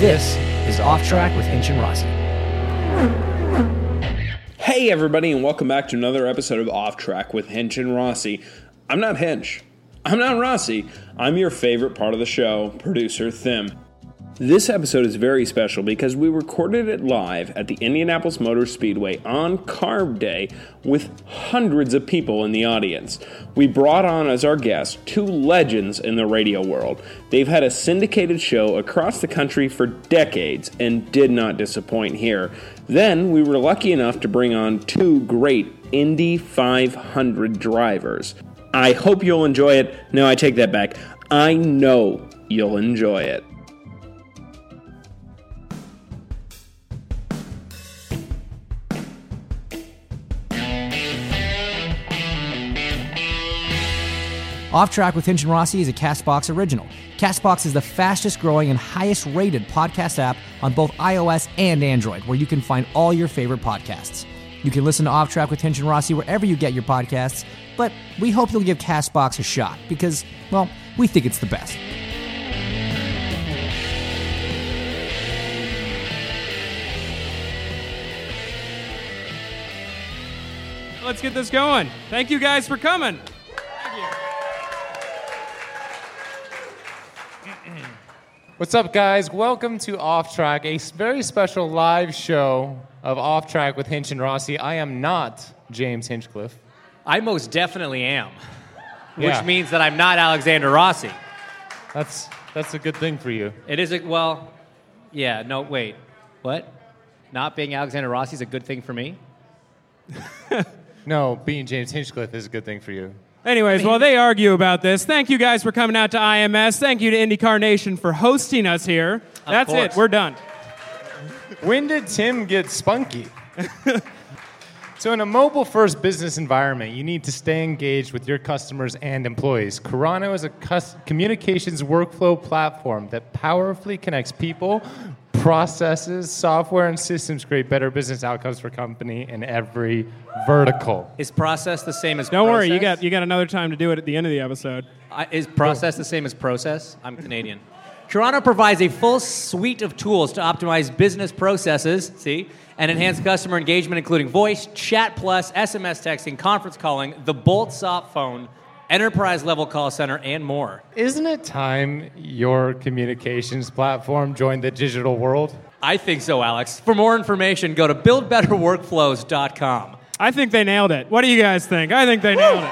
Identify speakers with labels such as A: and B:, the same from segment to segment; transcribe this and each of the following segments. A: This is Off Track with Hinch and Rossi.
B: Hey, everybody, and welcome back to another episode of Off Track with Hinch and Rossi. I'm not Hinch. I'm not Rossi. I'm your favorite part of the show, producer Thim. This episode is very special because we recorded it live at the Indianapolis Motor Speedway on Carb Day with hundreds of people in the audience. We brought on as our guests two legends in the radio world. They've had a syndicated show across the country for decades and did not disappoint here. Then we were lucky enough to bring on two great Indy 500 drivers. I hope you'll enjoy it. No, I take that back. I know you'll enjoy it.
A: Off Track with Hinch and Rossi is a Castbox original. Castbox is the fastest growing and highest rated podcast app on both iOS and Android, where you can find all your favorite podcasts. You can listen to Off Track with Hinch and Rossi wherever you get your podcasts, but we hope you'll give Castbox a shot because, well, we think it's the best.
C: Let's get this going. Thank you guys for coming.
D: What's up, guys? Welcome to Off Track, a s- very special live show of Off Track with Hinch and Rossi. I am not James Hinchcliffe.
E: I most definitely am, which
D: Yeah.
E: means that I'm not Alexander Rossi.
D: That's that's a good thing for you.
E: It is a, well, yeah, no, wait. What? Not being Alexander Rossi is a good thing for me?
D: No, being James Hinchcliffe is a good thing for you.
C: Anyways, while they argue about this, thank you guys for coming out to IMS. Thank you to IndyCar Nation for hosting us here. That's
E: course.
C: it. We're done.
D: When did Tim get spunky? so, in a mobile first business environment, you need to stay engaged with your customers and employees. Carano is a cus- communications workflow platform that powerfully connects people, processes, software, and systems to create better business outcomes for company in every vertical.
E: Is process the same as
C: Don't
E: process?
C: worry, you got you got another time to do it at the end of the episode.
E: I, is process the same as process? I'm Canadian. Toronto provides a full suite of tools to optimize business processes, see, and enhance customer engagement, including voice, chat plus, SMS texting, conference calling, the Bolt Soft phone, enterprise level call center, and more.
D: Isn't it time your communications platform joined the digital world?
E: I think so, Alex. For more information, go to buildbetterworkflows.com.
C: I think they nailed it. What do you guys think? I think they nailed it.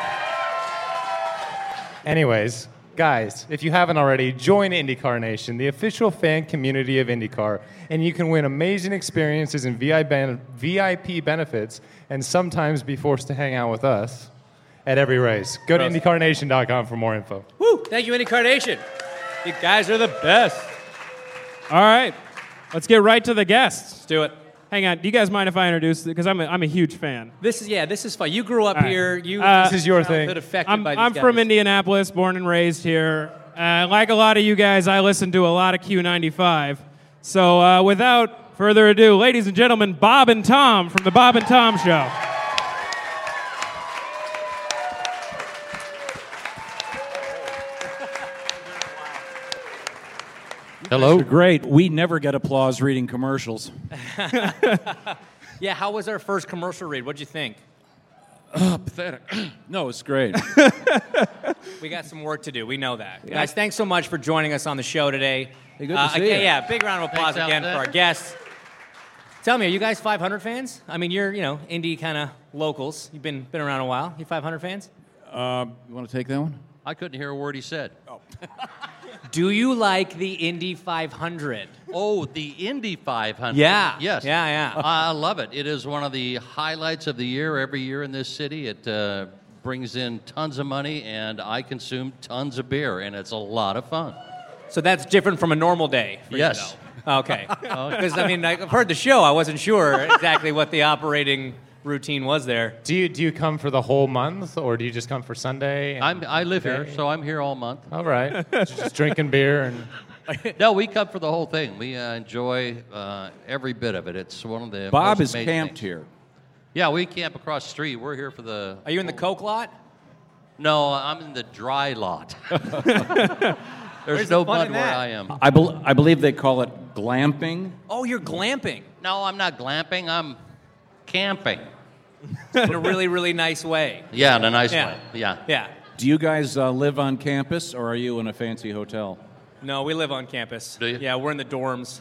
D: Anyways, guys, if you haven't already, join IndyCar Nation, the official fan community of IndyCar, and you can win amazing experiences and VI ben- VIP benefits and sometimes be forced to hang out with us at every race. Go to IndyCarNation.com for more info.
E: Woo! Thank you, Incarnation. You guys are the best.
C: All right, let's get right to the guests.
E: Let's do it.
C: Hang on. Do you guys mind if I introduce? Because I'm a, I'm a huge fan.
E: This is yeah. This is fun. You grew up
C: right.
E: here. You.
C: Uh,
D: This is your thing.
E: childhood Affected
C: I'm,
E: by these
C: I'm from
E: guys.
C: Indianapolis, born and raised here. Uh, like a lot of you guys, I listen to a lot of Q95. So uh, without further ado, ladies and gentlemen, Bob and Tom from the Bob and Tom Show.
F: Hello. Great. We never get applause reading commercials.
E: Yeah. How was our first commercial read? What'd you think?
F: Pathetic. no, it's great.
E: We got some work to do. We know that. Guys, thanks so much for joining us on the show today.
F: Hey, good to
E: Uh,
F: see
E: again,
F: you.
E: Yeah. Big round of applause
G: Thanks,
E: again for
G: Alexander.
E: our guests. Tell me, are you guys 500 fans? I mean, you're you know indie kind of locals. You've been been around a while. You 500 fans?
F: Um, you want to take that one?
G: I couldn't hear a word he said.
E: Do you like the Indy 500?
G: Oh, the Indy 500.
E: Yeah.
G: Yes.
E: Yeah, yeah.
G: I love it. It is one of the highlights of the year every year in this city. It uh, brings in tons of money, and I consume tons of beer, and it's a lot of fun.
E: So that's different from a normal day. For
G: Yes. Oh,
E: You though. okay. Because I mean, I've heard the show. I wasn't sure exactly what the operating routine was there.
D: Do you do you come for the whole month, or do you just come for Sunday? and-
G: I'm, I live here, so I'm here all month.
D: all right, just drinking beer and
G: No, we come for the whole thing. We uh, enjoy uh, every bit of it. It's one of the
F: Bob
G: most
F: is
G: amazing
F: camped
G: things.
F: here.
G: Yeah, we camp across the street. We're here for the.
E: Are you in the Coke lot?
G: No, I'm in the dry lot. There's no
E: fun
G: mud
E: in
G: where
E: that?
G: I am.
F: I, bel I believe they call it glamping.
E: Oh, you're glamping
G: No, I'm not glamping. I'm camping.
E: in a really, really nice way.
G: Yeah, in a nice
E: Yeah.
G: way. Yeah.
E: Yeah.
F: Do you guys uh, live on campus or are you in a fancy hotel?
E: No, we live on campus.
G: Do you?
E: Yeah, we're in the dorms.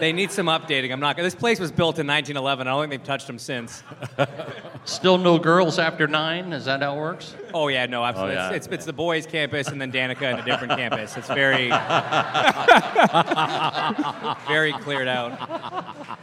E: They need some updating. I'm not. gonna This place was built in 1911. I don't think they've touched them since.
G: Still no girls after nine? Is that how it works?
E: Oh yeah, no, absolutely.
G: Oh, yeah.
E: it's, it's, it's the boys' campus and then Danica and a different campus. It's very, very cleared out.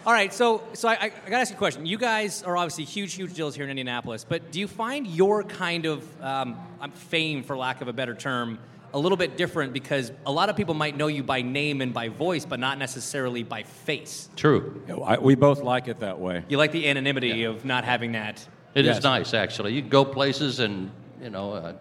E: All right, so so I, I, I gotta ask you a question. You guys are obviously huge, huge deals here in Indianapolis, but do you find your kind of um, um, fame, for lack of a better term, a little bit different because a lot of people might know you by name and by voice, but not necessarily by face.
G: True.
F: Yeah, I, we both like it that way.
E: You like the anonymity of not having that.
G: It is
F: Yes.
G: nice, actually. You can go places and, you know, uh,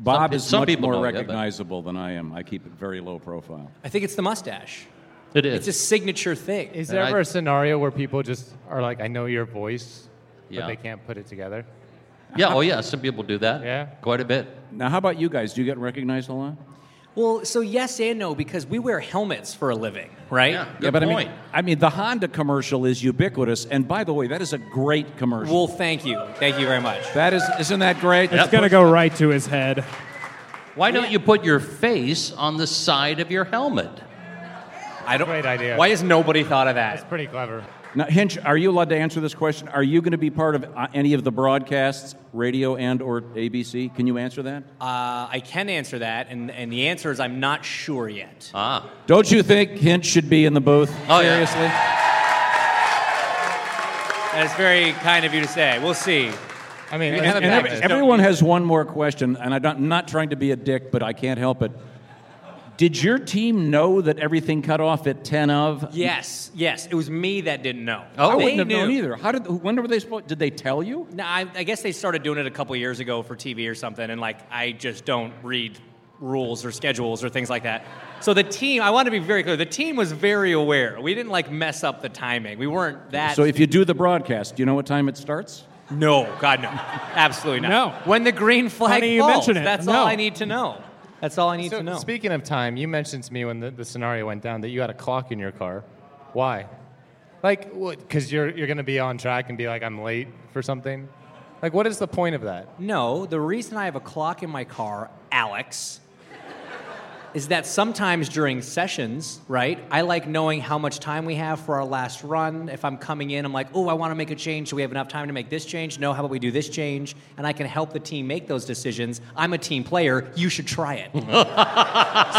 F: Bob
G: pe-
F: is
G: some
F: much
G: people
F: more
G: know, yeah, but-
F: recognizable than I am. I keep it very low profile.
E: I think it's the mustache.
G: it
E: It's
G: is.
E: a signature thing.
D: Is
G: And
D: there
G: I-
D: ever a scenario where people just are like, I know your voice,
G: Yeah.
D: but they can't put it together?
G: yeah, oh, yeah. Some people do that.
D: Yeah.
G: Quite a bit.
F: Now, how about you guys? Do you get recognized a lot?
E: Well, so yes and no because we wear helmets for a living, right?
G: Yeah. Good
F: yeah, but
G: point.
F: I mean, I mean, the Honda commercial is ubiquitous. And by the way, that is a great commercial.
E: Well, thank you. Thank you very much.
F: that is, isn't that great?
C: It's going to go right to his head.
G: Why don't you put your face on the side of your helmet?
E: I don't
D: Great idea.
E: Why has nobody thought of that?
D: That's pretty clever.
F: Now, Hinch, are you allowed to answer this question? Are you going to be part of uh, any of the broadcasts, radio and or ABC? Can you answer that?
E: Uh, I can answer that, and, and the answer is I'm not sure yet.
F: Uh.
G: Ah.
F: Don't you think Hinch should be in the booth?
G: Oh, yeah.
F: Seriously?
E: That's very kind of you to say. We'll see.
D: I mean,
E: And-
D: let's
E: and
D: be
E: every-
D: honest.
E: every-
F: Everyone has one more question, and I'm not, not trying to be a dick, but I can't help it. Did your team know that everything cut off at 10 of?
E: Yes, yes, it was me that didn't know.
F: I
G: Oh,
E: they
F: wouldn't have
E: knew.
F: known either. How did? When were they supposed? Did they tell you?
E: No, I, I guess they started doing it a couple years ago for TV or something, and like I just don't read rules or schedules or things like that. So the team, I want to be very clear, the team was very aware. We didn't like mess up the timing. We weren't that.
F: So if you do the broadcast, do you know what time it starts?
E: no, God no, absolutely not.
C: No.
E: When the green flag
C: Funny you
E: falls,
C: mention it.
E: that's
C: No.
E: all I need to know. That's all I need to
D: So,
E: know.
D: speaking of time, you mentioned to me when the, the scenario went down that you had a clock in your car. Why? Like, because you're, you're going to be on track and be like, I'm late for something? Like, what is the point of that?
E: No, the reason I have a clock in my car, Alex, is that sometimes during sessions, right, I like knowing how much time we have for our last run. If I'm coming in, I'm like, oh, I want to make a change. Do we have enough time to make this change? No, how about we do this change? And I can help the team make those decisions. I'm a team player. You should try it.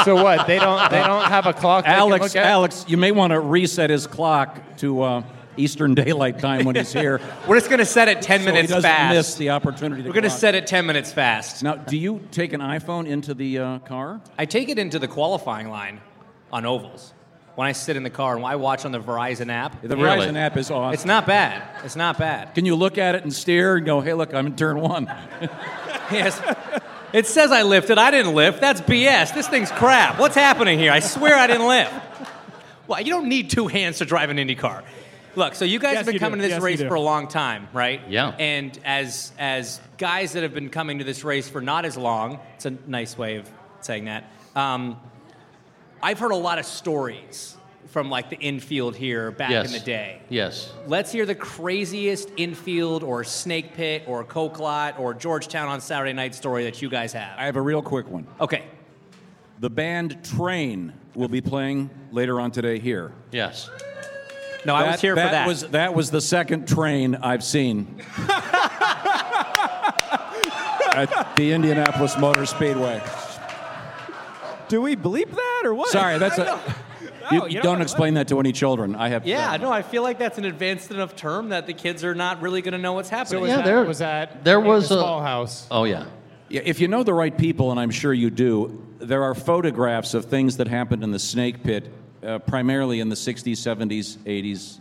D: so what? They don't, they don't have a clock. they can
F: Alex,
D: look at?
F: Alex, you may want to reset his clock to uh, Eastern Daylight Time when he's here,
E: We're just going to set it 10
F: so he
E: minutes
F: doesn't
E: fast.
F: miss the opportunity. To
E: We're going to
F: clock.
E: set it 10 minutes fast.
F: Now, do you take an iPhone into the uh, car?
E: I take it into the qualifying line on ovals. When I sit in the car and I watch on the Verizon app,
F: The
G: Really?
F: Verizon app is awesome.
E: It's not bad. It's not bad.
F: Can you look at it and steer and go, "Hey, look, I'm in turn one."
E: Yes. It says I lifted. I didn't lift. That's BS. This thing's crap. What's happening here? I swear I didn't lift. Well, you don't need two hands to drive an Indy car. Look, so you guys
C: Yes,
E: have been
C: you do.
E: coming to this
C: Yes, you
E: race
C: do.
E: for a long time, right?
G: Yeah.
E: And as as guys that have been coming to this race for not as long, it's a nice way of saying that. Um, I've heard a lot of stories from like the infield here back
G: Ah, yes.
E: in the day.
G: Yes.
E: Let's hear the craziest infield or snake pit or coke lot or Georgetown on Saturday night story that you guys
F: I
E: have.
F: have a real quick one.
E: Okay.
F: The band Train will be playing later on today here.
G: Yes.
E: No, I was here for that.
F: Was, that was the second train I've seen at the Indianapolis Motor Speedway.
C: Do we bleep that or what?
F: Sorry, that's a. You,
C: No, you
F: you
C: know
F: don't
C: what?
F: explain that to any children. I have.
E: Yeah, no, I feel like that's an advanced enough term that the kids are not really going to know what's happening.
D: was
G: Yeah,
D: that,
G: there-
D: was that
G: there was
D: a
G: a-
D: small house.
G: Oh, yeah.
F: Yeah, if you know the right people, and I'm sure you do, there are photographs of things that happened in the snake pit, uh, primarily in the 60s, 70s, 80s,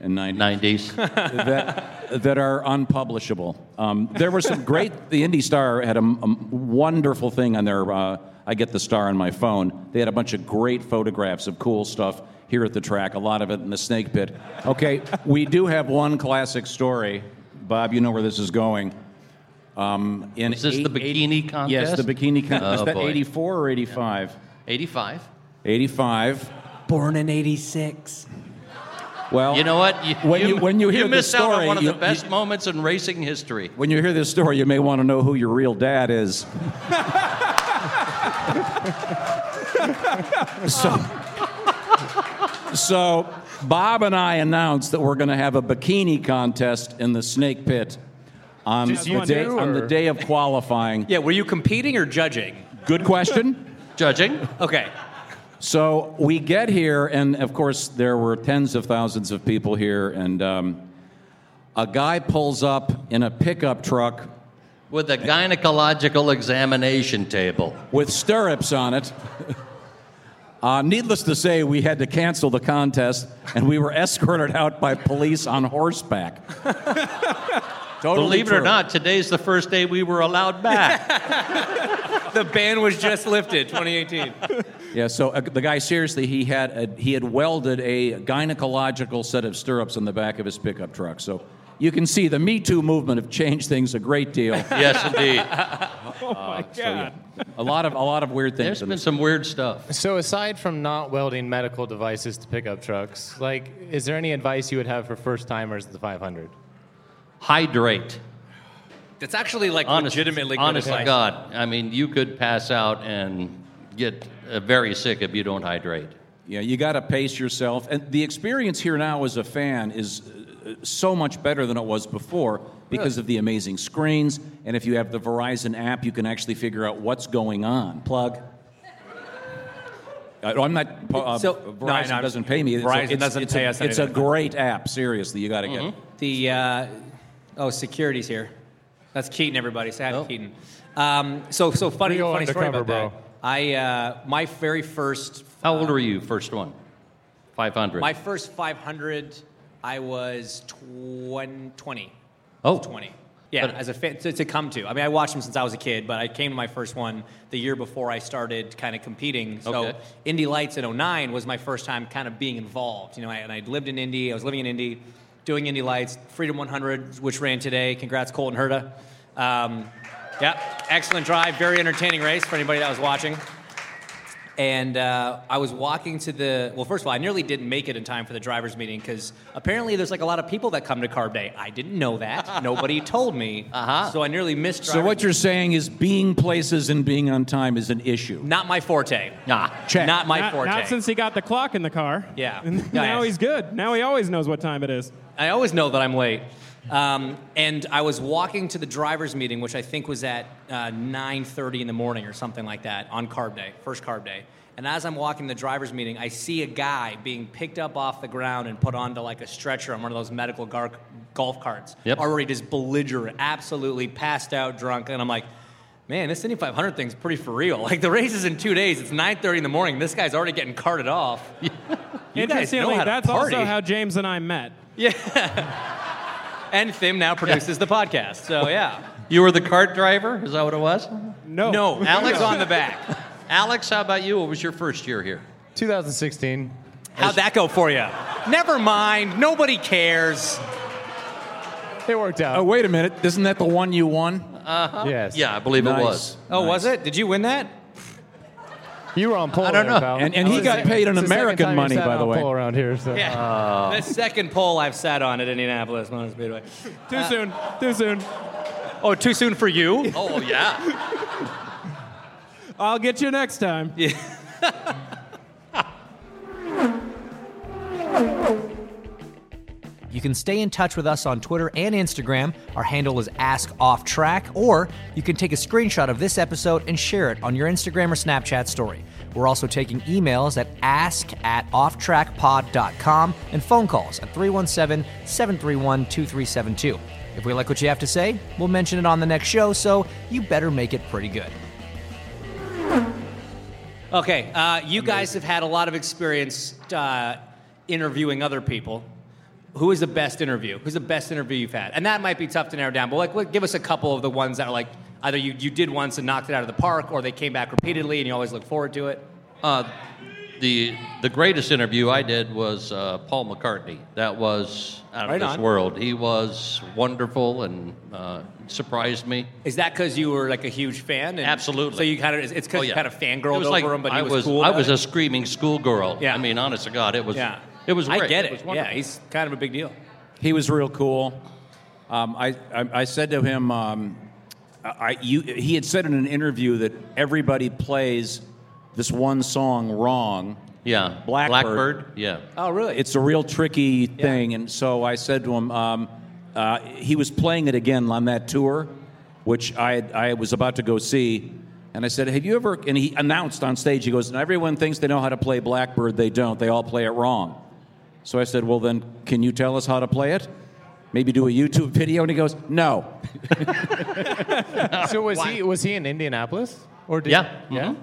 F: and 90s.
G: 90s.
F: that that are unpublishable. Um, there were some great. The Indy Star had a, a wonderful thing on their. Uh, I get the star on my phone. They had a bunch of great photographs of cool stuff here at the track. A lot of it in the snake pit. Okay, we do have one classic story, Bob. You know where this is going. Um, in
G: Is this the bikini contest?
F: Yes, the bikini contest.
G: Oh,
F: Is that
G: boy.
F: 84 or 85?
G: 85.
F: 85.
E: Born in 86.
F: Well,
G: You know what? You,
F: When you- when you hear the
G: missed out on
F: story,
G: one of
F: you-
G: the best moments in racing history.
F: When you hear this story, you may want to know who your real dad is. so, so, Bob and I announced that we're going to have a bikini contest in the snake pit on,
D: Just
F: the
D: you
F: day,
D: two,
F: on the
D: or-
F: day of qualifying.
E: Yeah, were you competing or judging?
F: Good question.
G: Judging.
E: Okay.
F: So we get here, and of course, there were tens of thousands of people here, and um, a guy pulls up in a pickup truck
G: With a gynecological examination table.
F: with stirrups on it. Uh, needless to say, we had to cancel the contest, and we were escorted out by police on horseback. totally
G: Believe it or
F: true.
G: not, today's the first day we were allowed back.
E: The ban was just lifted, 2018.
F: Yeah. So uh, the guy seriously, he had a, he had welded a gynecological set of stirrups on the back of his pickup truck. So you can see the Me Too movement have changed things a great deal.
G: yes, indeed.
F: a lot of a lot of weird things.
G: There's
F: in
G: been
F: this.
G: some weird stuff.
D: So aside from not welding medical devices to pickup trucks, like, is there any advice you would have for first timers at the 500?
G: Hydrate.
E: That's actually like
G: Honest,
E: legitimately good
G: honest to
E: advice.
G: God. I mean, you could pass out and get uh, very sick if you don't hydrate.
F: Yeah, you got to pace yourself. And the experience here now as a fan is uh, so much better than it was before because of the amazing screens. And if you have the Verizon app, you can actually figure out what's going on.
E: Plug.
F: Uh, I'm not. Uh,
E: So-
F: Verizon
E: No, no, I'm-
F: doesn't pay me. It's a-
E: Verizon
F: it's-
E: doesn't
F: it's
E: pay
F: a,
E: us
F: It's a
E: anything. Mm-hmm.
F: great app. Seriously, you got to get. it.
E: The uh, oh, security's here. That's Keaton. Everybody, say hi to Keaton. Um, so so funny,
D: We go
E: funny story
D: undercover,
E: about that. I uh, my very first
G: How old were you, first one? 500.
E: my first 500, I was 20. 20.
G: Oh.
E: 20. Yeah,
G: But-
E: as a fan to, to come to. I mean, I watched him since I was a kid, but I came to my first one the year before I started kind of competing. So
G: Okay.
E: Indy Lights in 09 was my first time kind of being involved. You know, I, and I lived in Indy. I was living in Indy, doing Indy Lights, Freedom 100, which ran today. Congrats, Colton Herta. Um, yeah, excellent drive. Very entertaining race for anybody that was watching. And uh, I was walking to the. Well, first of all, I nearly didn't make it in time for the drivers' meeting because apparently there's like a lot of people that come to Carb Day. I didn't know that. Nobody told me. Uh-huh. So I nearly missed.
F: So
E: drivers'
F: what you're saying is being places and being on time is an issue.
E: Not my forte. Nah,
F: check.
E: Not my
C: Not,
E: forte.
C: not since he got the clock in the car.
E: Yeah.
C: And
E: No,
C: now
E: yes.
C: he's good. Now he always knows what time it is.
E: I always know that I'm late. Um, and I was walking to the drivers' meeting, which I think was at uh, 9:30 in the morning or something like that on carb day, first carb day. And as I'm walking to the drivers' meeting, I see a guy being picked up off the ground and put onto like a stretcher on one of those medical gar- golf carts.
G: Yep.
E: Already just belligerent, absolutely passed out, drunk, and I'm like. Man, this Indy 500 thing's pretty for real. Like the race is in two days. It's 9:30 in the morning. This guy's already getting carted off. You guys know
C: Interestingly,
E: how to
C: that's
E: party.
C: also how James and I met.
E: And Thim now produces the podcast. So yeah.
G: You were the cart driver? Is that what it was?
C: No.
E: No, Alex on the back.
G: Alex, how about you? What was your first year here?
D: 2016.
E: How'd that go for you? Never mind. Nobody cares.
D: It worked out.
F: Oh wait a minute! Isn't that the one you won?
D: yes.
G: Yeah, I believe
F: Nice.
G: it was.
E: Oh, was it? Did you win that?
D: You were on pole.
G: I don't
D: there,
G: know.
D: pal.
F: And- and he
D: It's
F: got
D: the second-
F: paid in
D: it's the second
F: American
D: time you
F: money,
D: sat
F: by the
D: on
F: way.
D: Pole around here. So.
E: the second poll I've sat on at Indianapolis Motor Speedway.
C: Too
E: Uh,
C: soon. Too soon.
E: Oh, too soon for you?
G: Oh, yeah.
C: I'll get you next time.
A: You can stay in touch with us on Twitter and Instagram. Our handle is Ask Off Track, or you can take a screenshot of this episode and share it on your Instagram or Snapchat story. We're also taking emails at ask at offtrackpod.com and phone calls at 317 731 2372. If we like what you have to say, we'll mention it on the next show, so you better make it pretty good.
E: Okay, uh, you guys have had a lot of experience uh, interviewing other people. Who is the best interview? Who's the best interview you've had? And that might be tough to narrow down, but like, what- give us a couple of the ones that are like either you, you did once and knocked it out of the park, or they came back repeatedly and you always look forward to it.
G: Uh, the the greatest interview I did was uh, Paul McCartney. That was out of
E: Right
G: this
E: on.
G: world. He was wonderful and uh, surprised me.
E: Is that because you were like a huge fan? And
G: Absolutely.
E: So you kind of it's because
G: Oh, yeah.
E: you kind of
G: It
E: fangirled
G: was
E: over
G: like
E: him, but he
G: I
E: was, cool.
G: I
E: about
G: was
E: it?
G: a screaming schoolgirl.
E: Yeah.
G: I mean, honest to God, it was.
E: yeah.
G: It was. Great.
E: I get it.
G: was wonderful.
E: yeah, he's kind of a big deal.
F: He was real cool. Um, I, I I said to him, um, I you he had said in an interview that everybody plays this one song wrong.
G: Yeah.
F: Blackbird.
G: Yeah.
E: Oh, really?
F: It's a real tricky thing, and so I said to him, um, uh, he was playing it again on that tour, which I had- I was about to go see, and I said, "Have you ever?" And he announced on stage, he goes, "And everyone thinks they know how to play Blackbird, they don't. They all play it wrong." So I said, "Well, then, can you tell us how to play it? Maybe do a YouTube video." And he goes, "No."
D: So was he was he in Indianapolis or did
G: Yeah.
D: yeah?
G: Mhm.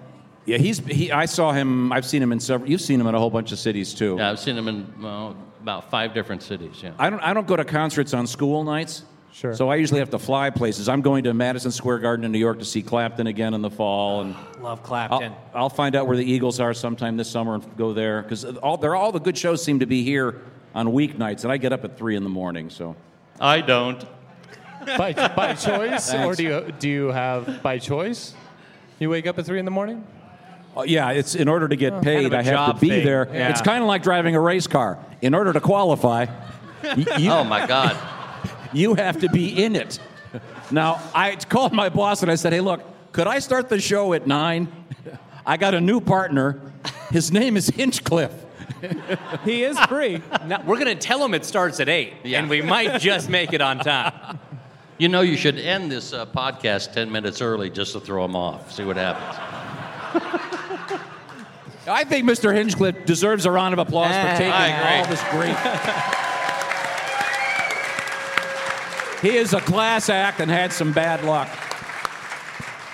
F: Yeah, he's he. I saw him. I've seen him in several. You've seen him in a whole bunch of cities too.
G: Yeah. I've seen him in well, about five different cities. Yeah.
F: I don't. I don't go to concerts on school nights.
D: Sure.
F: So I usually have to fly places. I'm going to Madison Square Garden in New York to see Clapton again in the fall, and
E: Love
F: I'll,
E: Clapton.
F: I'll find out where the Eagles are sometime this summer and go there because all they're all the good shows seem to be here on weeknights, and I get up at three in the morning. So
G: I don't.
D: By, by choice or do you do you have by choice? You wake up at three in the morning.
F: Uh, yeah, it's in order to get
E: Kind
F: paid,
E: of a
F: I have
E: job
F: to be
E: thing.
F: there.
E: Yeah.
F: It's kind of like driving a race car. In order to qualify, y- you,
G: Oh my God.
F: You have to be in it. Now, I called my boss and I said, hey, look, could I start the show at nine? I got a new partner. His name is Hinchcliffe.
C: He is free.
E: Now, we're gonna tell him it starts at eight,
G: Yeah.
E: and we might just make it on time.
G: You know, you should end this uh, podcast 10 minutes early just to throw him off, see what happens.
F: I think Mr. Hinchcliffe deserves a round of applause for taking
G: Eh, I agree.
F: all this grief. he is a class act and had some bad luck.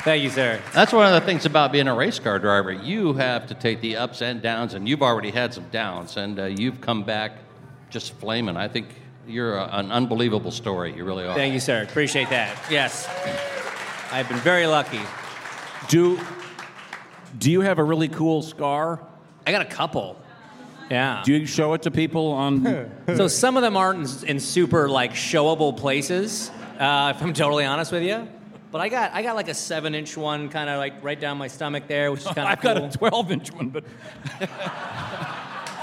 E: Thank you, sir.
G: That's one of the things about being a race car driver. You have to take the ups and downs, and you've already had some downs, and uh, you've come back just flaming. I think you're a, an unbelievable story. You really are.
E: Thank you, sir. Appreciate that. Yes. I've been very lucky.
F: Do, do you have a really cool scar?
E: I got a couple. Yeah.
F: Do you show it to people on.
E: So some of them aren't in, in super like showable places, uh, if I'm totally honest with you. But I got I got like a seven inch one kind of like right down my stomach there, which is kind of
F: I've
E: cool.
F: got a 12 inch one, but.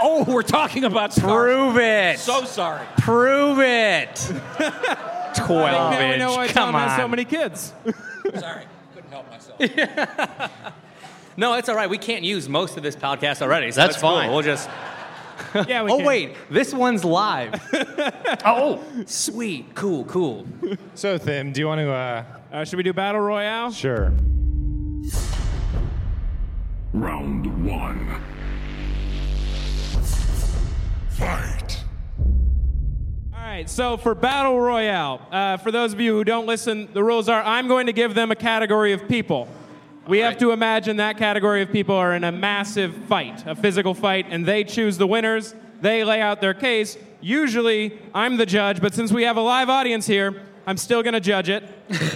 F: oh, we're talking about scars.
E: Prove it.
F: So sorry.
E: Prove it. Twelve
C: now we know why
E: inch.
C: Tom
E: Come
C: has so
E: on.
C: many kids.
F: Sorry. Couldn't help myself.
E: no, it's all right. We can't use most of this podcast already. So
G: That's
E: it's cool.
G: fine.
E: We'll just.
C: Yeah, we
E: oh
C: can.
E: wait, this one's live.
D: Oh,
E: Sweet. Cool. Cool.
D: so Thim, do you want to? Uh,
C: Uh, should we do battle royale?
D: sure.
H: Round one. Fight.
C: All right, so for Battle Royale, uh, for those of you who don't listen, the rules are I'm going to give them a category of people. We have to imagine that category of people are in a massive fight, a physical fight, and they choose the winners. They lay out their case. Usually, I'm the judge, but since we have a live audience here, I'm still going to judge it.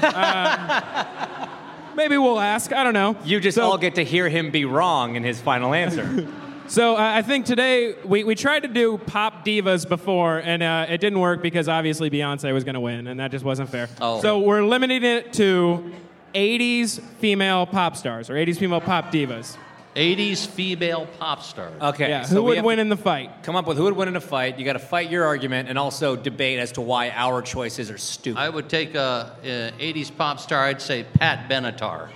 C: um, maybe we'll ask. I don't know.
E: You just
C: So-
E: all get to hear him be wrong in his final answer.
C: So uh, I think today we, we tried to do pop divas before, and uh, it didn't work because obviously Beyonce was going to win, and that just wasn't fair.
G: Oh.
C: So we're limiting it to 80s female pop stars or 80s female pop divas.
G: 80s female pop star.
E: Okay.
C: yeah,
E: so
C: who
E: we
C: would
E: have
C: win
E: to
C: in the fight?
E: Come up with who would win in a fight. You got to fight your argument and also debate as to why our choices are stupid.
G: I would take a, a 80s pop star, I'd say Pat Benatar.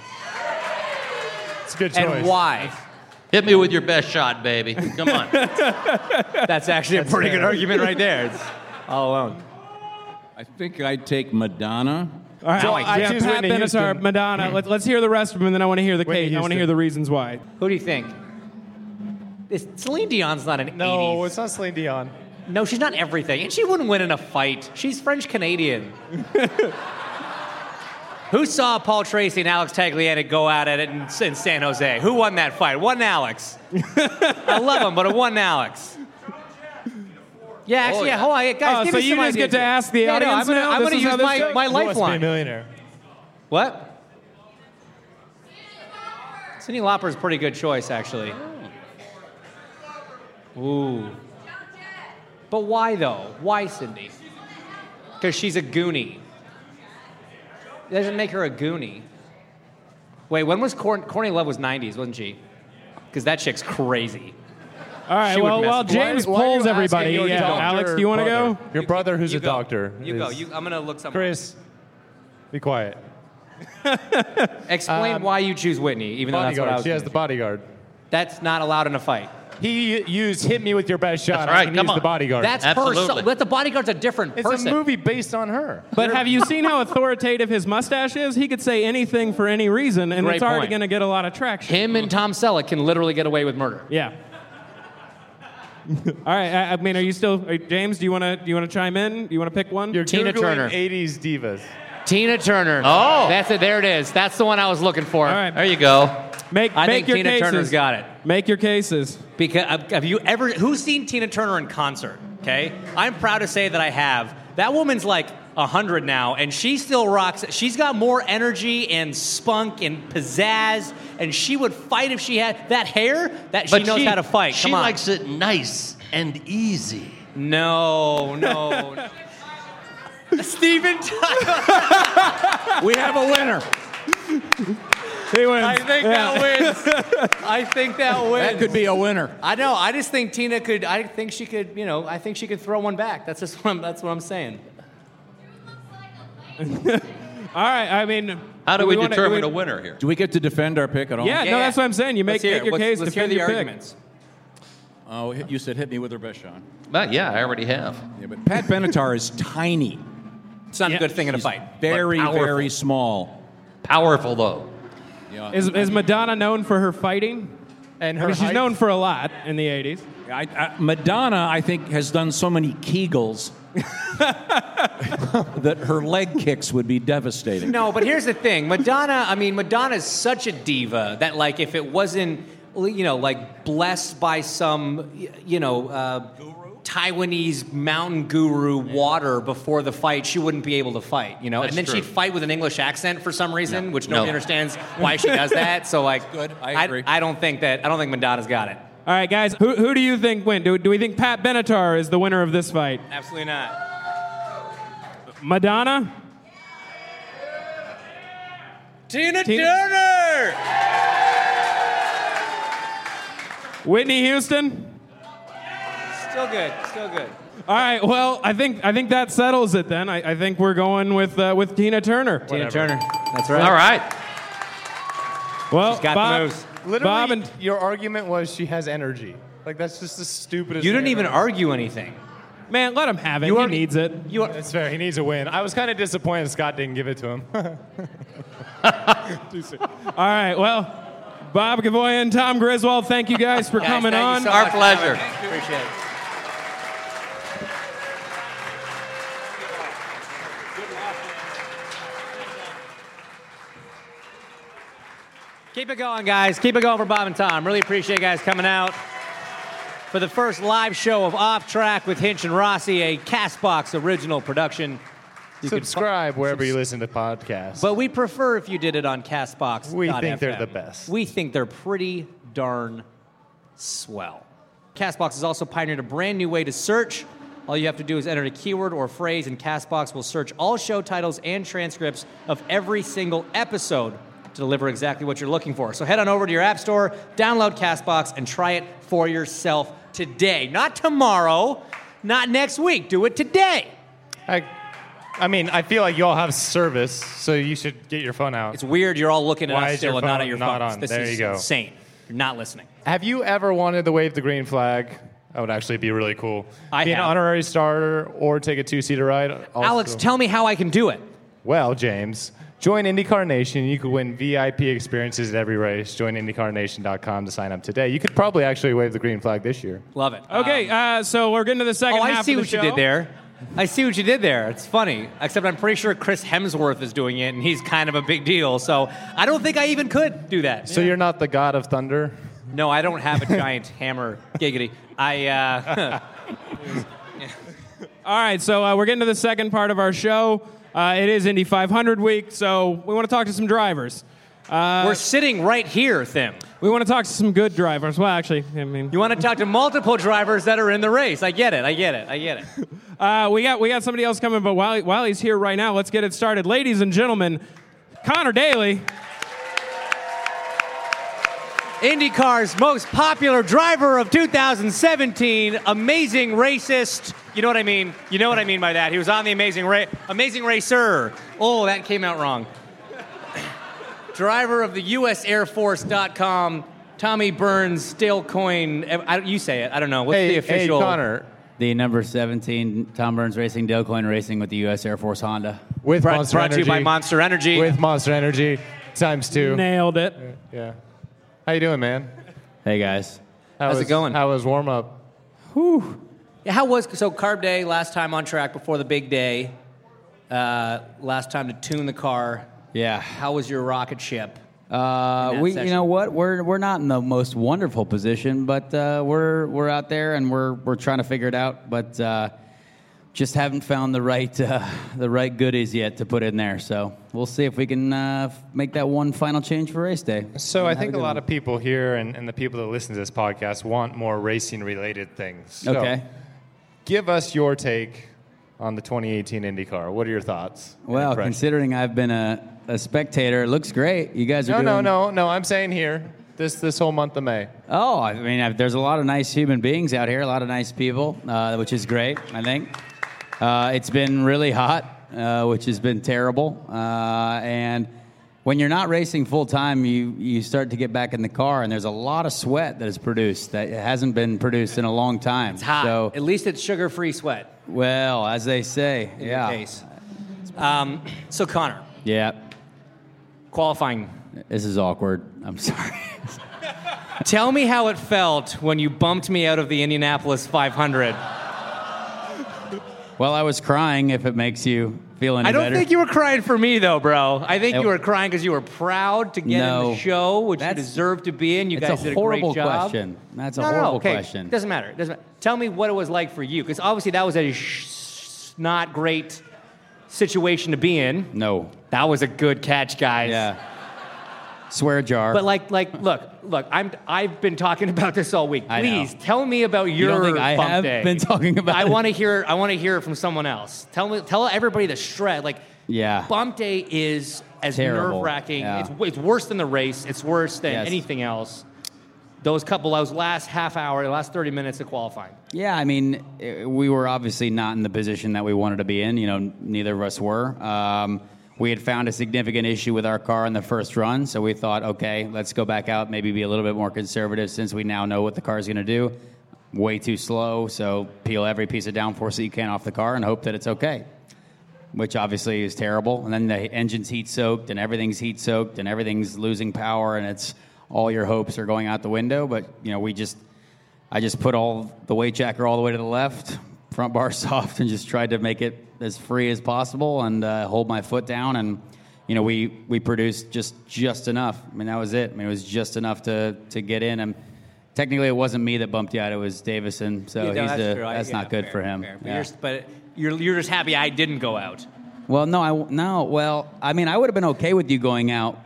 D: It's a good choice.
E: and why?
G: Hit me with your best shot, baby. Come on.
E: That's actually a pretty good argument right there. It's all alone.
F: I think I'd take Madonna.
C: All right, Hmm.
D: Now
C: I,
D: I
C: I,
D: choose
C: Pat
D: Whitney
C: Benatar,
D: Houston.
C: Madonna. Let, let's hear the rest of them, and then I want to hear the
D: Whitney
C: Kate. I want to
D: Houston.
C: hear the reasons why.
E: Who do you think? This, Celine Dion's not an
D: No,
E: 80s.
D: it's not Celine Dion.
E: No, she's not everything. And she wouldn't win in a fight. She's French Canadian. Who saw Paul Tracy and Alex Tagliani go out at it in, in San Jose? Who won that fight? One Alex. I love him, but it won Alex. Yeah, actually,
G: Oh,
E: yeah.
G: yeah.
E: Hold on, yeah, guys.
C: Oh,
E: give
C: so
E: me
C: you
E: some
C: just get
E: ideas
C: to
E: here.
C: ask the
E: Yeah, no,
C: audience
E: I'm gonna,
C: now?
E: I'm
C: This
E: gonna
C: is
E: use
C: how this
E: my,
C: goes?
E: my
D: Who Wants to be a
E: lifeline.
D: millionaire.
E: What? Cindy Lauper's a pretty good choice, actually. Ooh. But why, though? Why Cindy? Because she's a goonie. That doesn't make her a goonie. Wait, when was Corn- Corny Love was 90s, wasn't she? Because that chick's crazy.
C: All right.
E: She would
C: Well,
E: mess
C: while
E: with you.
C: James
D: Why- why are you
C: polls
D: asking
C: everybody,
D: your
C: yeah,
D: doctor
C: Alex, do you want to
D: brother?
C: go?
D: Your brother, who's
E: You
D: a
E: go.
D: doctor.
E: You go.
D: is-
E: You, I'm going to look something.
D: Chris, be quiet.
E: Explain why you choose Whitney, even though that's what I
D: Bodyguard.
E: was
D: um, She has the
E: gonna
D: bodyguard.
E: choose. That's not allowed in a fight.
D: He used "Hit Me with Your Best Shot."
G: That's right,
D: I can
G: come
D: use the
G: on.
D: bodyguard.
E: That's her.
G: Absolutely.
E: So- but the bodyguard's a different
D: it's
E: person.
D: a movie based on her.
C: But have you seen how authoritative his mustache is? He could say anything for any reason, and
E: Great
C: it's already
E: point.
C: going to get a lot of traction.
E: Him and Tom Selleck can literally get away with murder.
C: Yeah. All right. I, I mean, are you still, are, James? Do you want to do you want to chime in? Do you want to pick one?
D: You're
E: Tina
D: Googling
E: Turner.
D: '80s divas.
E: Tina Turner.
G: Oh.
E: that's it. There it is. That's the one I was looking for.
C: All right.
G: There you go.
C: Make
E: I
C: make
E: think
C: your
E: Tina
C: cases.
E: Turner's got it.
C: Make your cases.
E: Because uh, have- have you ever? Who's seen Tina Turner in concert? Okay, I'm proud to say that I have. That woman's like hundred now, and she still rocks. it. She's got more energy and spunk and pizzazz, and she would fight if she had that hair. That she
G: But
E: knows how to fight.
G: She
E: Come on.
G: likes it nice and easy.
E: No, no. Steven Tyler.
F: We have a winner.
C: He wins.
E: I think that wins. I think that wins.
F: That could be a winner.
E: I know. I just think Tina could. I think she could. You know. I think she could throw one back. That's just what I'm, that's what I'm saying.
C: All right. I mean,
G: How do, we,
C: wanna-
G: determine
C: we-
G: a winner here?
F: Do we get to defend our pick at all?
C: Yeah,
E: Yeah,
C: no,
E: yeah.
C: that's what I'm saying. You make,
E: Let's hear
C: make
E: it.
C: your
E: Let's-
C: case.
E: Let's hear
C: defend
E: the
C: your pick.
E: arguments.
F: Oh, hit- you said hit me with your best shot.
G: But yeah, I already have.
F: Yeah, but Pat Benatar is tiny,
E: It's not a good thing in a
F: She's
E: fight.
F: very,
G: powerful.
F: very small.
G: Powerful though.
F: Yeah.
C: Is, is Madonna known for her fighting?
D: And
C: I
D: her
C: mean, she's
D: height-
C: known for a lot in the 80s.
F: I, I, Madonna, I think, has done so many Kegels that her leg kicks would be devastating.
E: No, but here's the thing. Madonna, I mean, Madonna's such a diva that, like, if it wasn't, you know, like, blessed by some, y- you know, uh, Taiwanese mountain guru water before the fight, she wouldn't be able to fight, you know?
G: That's
E: and then
G: true.
E: she'd fight with an English accent for some reason, which
G: No.
E: nobody understands why she does that. So, like,
F: Good. I agree.
E: I, don't think that, I don't think Madonna's got it.
C: All right, guys, who, who do you think win? Do, do we think Pat Benatar is the winner of this fight?
E: Absolutely not.
C: Madonna?
E: Tina,
C: Tina-
E: Turner!
C: Whitney Houston?
E: Still good, still good.
C: All right, well, I think I think that settles it then. I, I think we're going with uh, with Tina Turner.
E: Tina Turner. That's right.
G: All right.
C: Well,
E: She's got the
C: Bob,
E: moves.
D: Literally,
C: Bob and
D: your argument was she has energy. Like that's just the stupidest.
E: You
D: thing
E: didn't even
D: ever.
E: argue anything.
C: man, let him have it.
E: You
C: he
E: are-
C: needs it.
E: You are,
D: That's fair. He needs a win. I was kind of disappointed Scott didn't give it to him.
C: All right, well, Bob Gavoya and Tom Griswold, thank you guys for
E: Guys,
C: coming
E: thank
C: on.
E: you so
G: Our
E: much.
G: pleasure.
E: Appreciate it. Keep it going, guys. Keep it going for Bob and Tom. Really appreciate you guys coming out for the first live show of Off Track with Hinch and Rossi, a Castbox original production. You could fi-
D: Subscribe wherever you listen to podcasts.
E: but we prefer if you did it on Castbox.
D: We think they're the best.
E: We think they're pretty darn swell. Castbox has also pioneered a brand new way to search. All you have to do is enter a keyword or phrase, and Castbox will search all show titles and transcripts of every single episode to deliver exactly what you're looking for. So head on over to your app store, download Castbox, and try it for yourself today. Not tomorrow, not next week. Do it today.
D: I, I mean, I feel like y'all have service, so you should get your phone out.
E: It's weird. You're all looking at
D: Why
E: us
D: is
E: still
D: your
E: and not
D: phone
E: at your
D: not
E: phones.
D: on?
E: This
D: There
E: is
D: you go.
E: insane. You're not listening.
D: Have you ever wanted to wave the green flag? That would actually be really cool.
E: I
D: be
E: have.
D: an honorary starter or take a two-seater ride. also-
E: Alex, tell me how I can do it.
D: Well, James, join IndyCar Nation. You could win VIP experiences at every race. Join IndyCarNation.com to sign up today. You could probably actually wave the green flag this year.
E: Love it. Um,
C: Okay, uh, so we're getting to the second
E: oh,
C: half
E: I see
C: of the
E: what
C: show.
E: you did there. I see what you did there. It's funny, except I'm pretty sure Chris Hemsworth is doing it, and he's kind of a big deal. So I don't think I even could do that.
D: So you're not the god of thunder?
E: No, I don't have a giant hammer. Giggity. I. Uh,
C: All right, so uh, we're getting to the second part of our show. Uh, it is Indy 500 week, so we want to talk to some drivers.
E: we're sitting right here, Thim.
C: We want to talk to some good drivers. Well, actually, I mean,
E: You want to talk to multiple drivers that are in the race. I get it. I get it. I get it.
C: uh, we got we got somebody else coming, but while while he's here right now, let's get it started, ladies and gentlemen. Connor Daly.
E: IndyCar's most popular driver of 2017, amazing racist. You know what I mean? You know what I mean by that. He was on the Amazing Ra- Amazing Racer. Oh, that came out wrong. driver of the U.S. Air Force.com, Tommy Burns, Dale Coyne. eh, I, don't- you say it. I don't know. What's
D: Hey,
E: the
D: hey,
E: official?
D: Connor,
I: The number 17, Tom Burns Racing, Dale Coyne Racing with the U.S. Air Force Honda.
D: with
E: Brought,
D: Monster
E: brought to
D: Energy.
E: you by Monster Energy.
D: With Monster Energy, times two.
C: Nailed it.
D: Yeah. How you doing, man?
I: Hey, guys.
D: How
E: How's it
D: was,
E: going?
D: How was warm up?
E: Yeah, how was so carb day last time on track before the big day? Uh, last time to tune the car.
I: Yeah.
E: How was your rocket ship?
I: Uh,
E: that
I: we,
E: session.
I: you know what? We're we're not in the most wonderful position, but uh, we're we're out there and we're we're trying to figure it out. But uh, just haven't found the right uh, the right goodies yet to put in there. So we'll see if we can uh, f- make that one final change for race day.
D: So I think a lot of people here and, and the people that listen to this podcast want more racing related things. So
I: Okay.
D: Give us your take on the 2018 IndyCar. What are your thoughts? and
I: Well,
D: impressions?
I: considering I've been a, a spectator, it looks great. You guys are
D: No,
I: doing
D: no, no, no. I'm saying here, this this whole month of May.
I: Oh, I mean, I, there's a lot of nice human beings out here, a lot of nice people, uh, which is great, I think. Uh, it's been really hot, uh, which has been terrible. Uh, and when you're not racing full time, you, you start to get back in the car, and there's a lot of sweat that is produced that hasn't been produced in a long time.
E: It's hot.
I: So,
E: At least it's sugar-free sweat.
I: well, as they say,
E: In
I: yeah.
E: Your case. Um, so Connor,
I: Yeah,
E: qualifying.
I: this is awkward. I'm sorry.
E: Tell me how it felt when you bumped me out of the Indianapolis 500.
I: well, I was crying if it makes you feel any
E: I don't
I: better.
E: think you were crying for me though, bro. I think
I: It-
E: you were crying because you were proud to get in
I: No.
E: the show, which you
I: That's-
E: deserve to be in. You
I: it's
E: guys
I: a
E: did a
I: horrible
E: great job.
I: question. That's a
E: no, no,
I: horrible
E: okay.
I: question.
E: Doesn't matter. Doesn't matter. Tell me what it was like for you, because obviously that was a sh- not great situation to be in.
I: no.
E: That was a good catch, guys.
I: Yeah. Swear jar.
E: But like, like, look, look. I'm. I've been talking about this all week.
I: I know.
E: Please tell me about your
I: don't think I
E: bump
I: have
E: day.
I: been talking about
E: I
I: it?
E: want to hear. I want to hear it from someone else. Tell me. Tell everybody the shred. Like,
I: Yeah.
E: Bump day is as
I: Terrible.
E: nerve wracking.
I: Yeah.
E: It's, it's worse than the race. It's worse than
I: Yes.
E: anything else. Those couple, those last half hour, the last thirty minutes of qualifying.
I: yeah, I mean, eh, we were obviously not in the position that we wanted to be in. You know, neither of us were. Um, we had found a significant issue with our car in the first run, so we thought, okay, let's go back out, maybe be a little bit more conservative since we now know what the car's going to do. Way too slow, so peel every piece of downforce that you can off the car and hope that it's okay. which obviously is terrible. And then the engine's heat soaked, and everything's heat soaked, and everything's losing power, and it's all your hopes are going out the window. But you know, we just, I just put all the weight jacker all the way to the left, front bar soft, and just tried to make it as free as possible and uh, hold my foot down. And you know, we we produced just just enough. I mean, that was it. I mean, it was just enough to to get in. And technically, it wasn't me that bumped you out. It was Davison. So
E: Yeah, no,
I: he's
E: that's
I: the-
E: true. I-
I: that's
E: yeah,
I: not good
E: fair,
I: for him.
E: fair. But,
I: Yeah.
E: you're, but you're, you're just happy I didn't go out.
I: Well, no, I no. Well, I mean, I would have been okay with you going out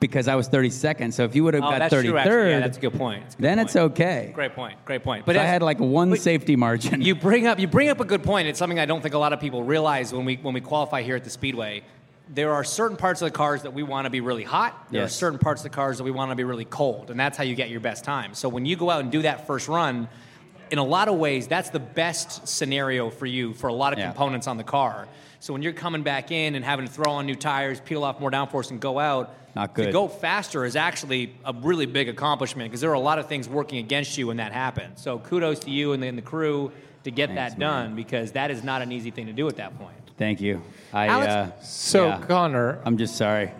I: because I was 32nd. So if you would have
E: oh,
I: got
E: that's true.
I: 33rd,
E: Actually. Yeah, that's a good point. That's a good
I: then
E: point.
I: it's okay.
E: Great point. Great point.
I: But I
E: it's-
I: had like one
E: but
I: safety margin.
E: You bring up you bring up a good point. It's something I don't think a lot of people realize when we when we qualify here at the speedway. There are certain parts of the cars that we want to be really hot. There
I: Yes.
E: are certain parts of the cars that we want to be really cold, and that's how you get your best time. So when you go out and do that first run, in a lot of ways, that's the best scenario for you for a lot of
I: Yeah.
E: components on the car. So when you're coming back in and having to throw on new tires, peel off more downforce, and go out,
I: Not
E: To
I: good.
E: go faster is actually a really big accomplishment because there are a lot of things working against you when that happens. So kudos to you and the, and the crew to get
I: Thanks,
E: that
I: man.
E: done because that is not an easy thing to do at that point.
I: Thank you. I,
A: Alex-
I: uh,
D: So
I: yeah.
D: Connor,
I: I'm just sorry.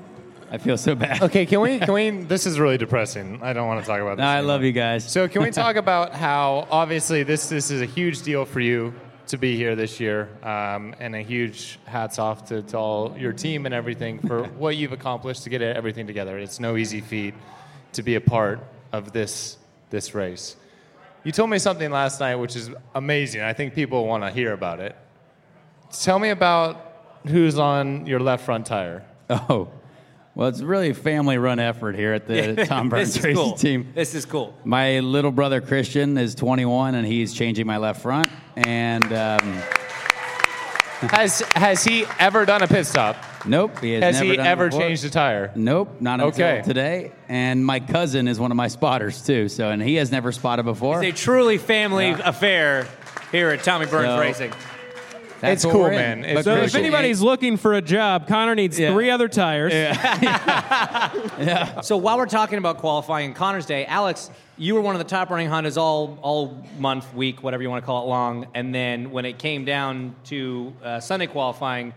I: I feel so bad.
D: okay, can we? Can we? This is really depressing. I don't want to talk about this.
I: No, I
D: anymore.
I: love you guys.
D: So can we talk about how obviously this this is a huge deal for you to be here this year, um, and a huge hats off to, to all your team and everything for what you've accomplished to get everything together. It's no easy feat to be a part of this this race. You told me something last night which is amazing. I think people want to hear about it. Tell me about who's on your left front tire.
I: Oh, well, it's really a family-run effort here at the Tom Burns
E: this is
I: Racing
E: cool.
I: team.
E: This is cool.
I: My little brother Christian is 21, and he's changing my left front. And um,
D: Has has he ever done a pit stop?
I: nope, he has,
D: Has
I: never
D: he
I: done it
D: ever
I: before.
D: changed a tire?
I: Nope, not until
D: Okay.
I: today. And my cousin is one of my spotters too. So, and he has never spotted before.
E: It's a truly family affair here at Tommy Burns
I: So-
E: Racing.
I: That's
D: It's
I: what
D: cool,
I: we're in.
D: man. It's
I: But
C: So
D: Very
C: if
D: cool.
C: anybody's looking for a job, Connor needs
I: Yeah.
C: three other tires.
E: So while we're talking about qualifying and Connor's Day, Alex, you were one of the top running Hondas all all month, week, whatever you want to call it, long. And then when it came down to uh, Sunday qualifying,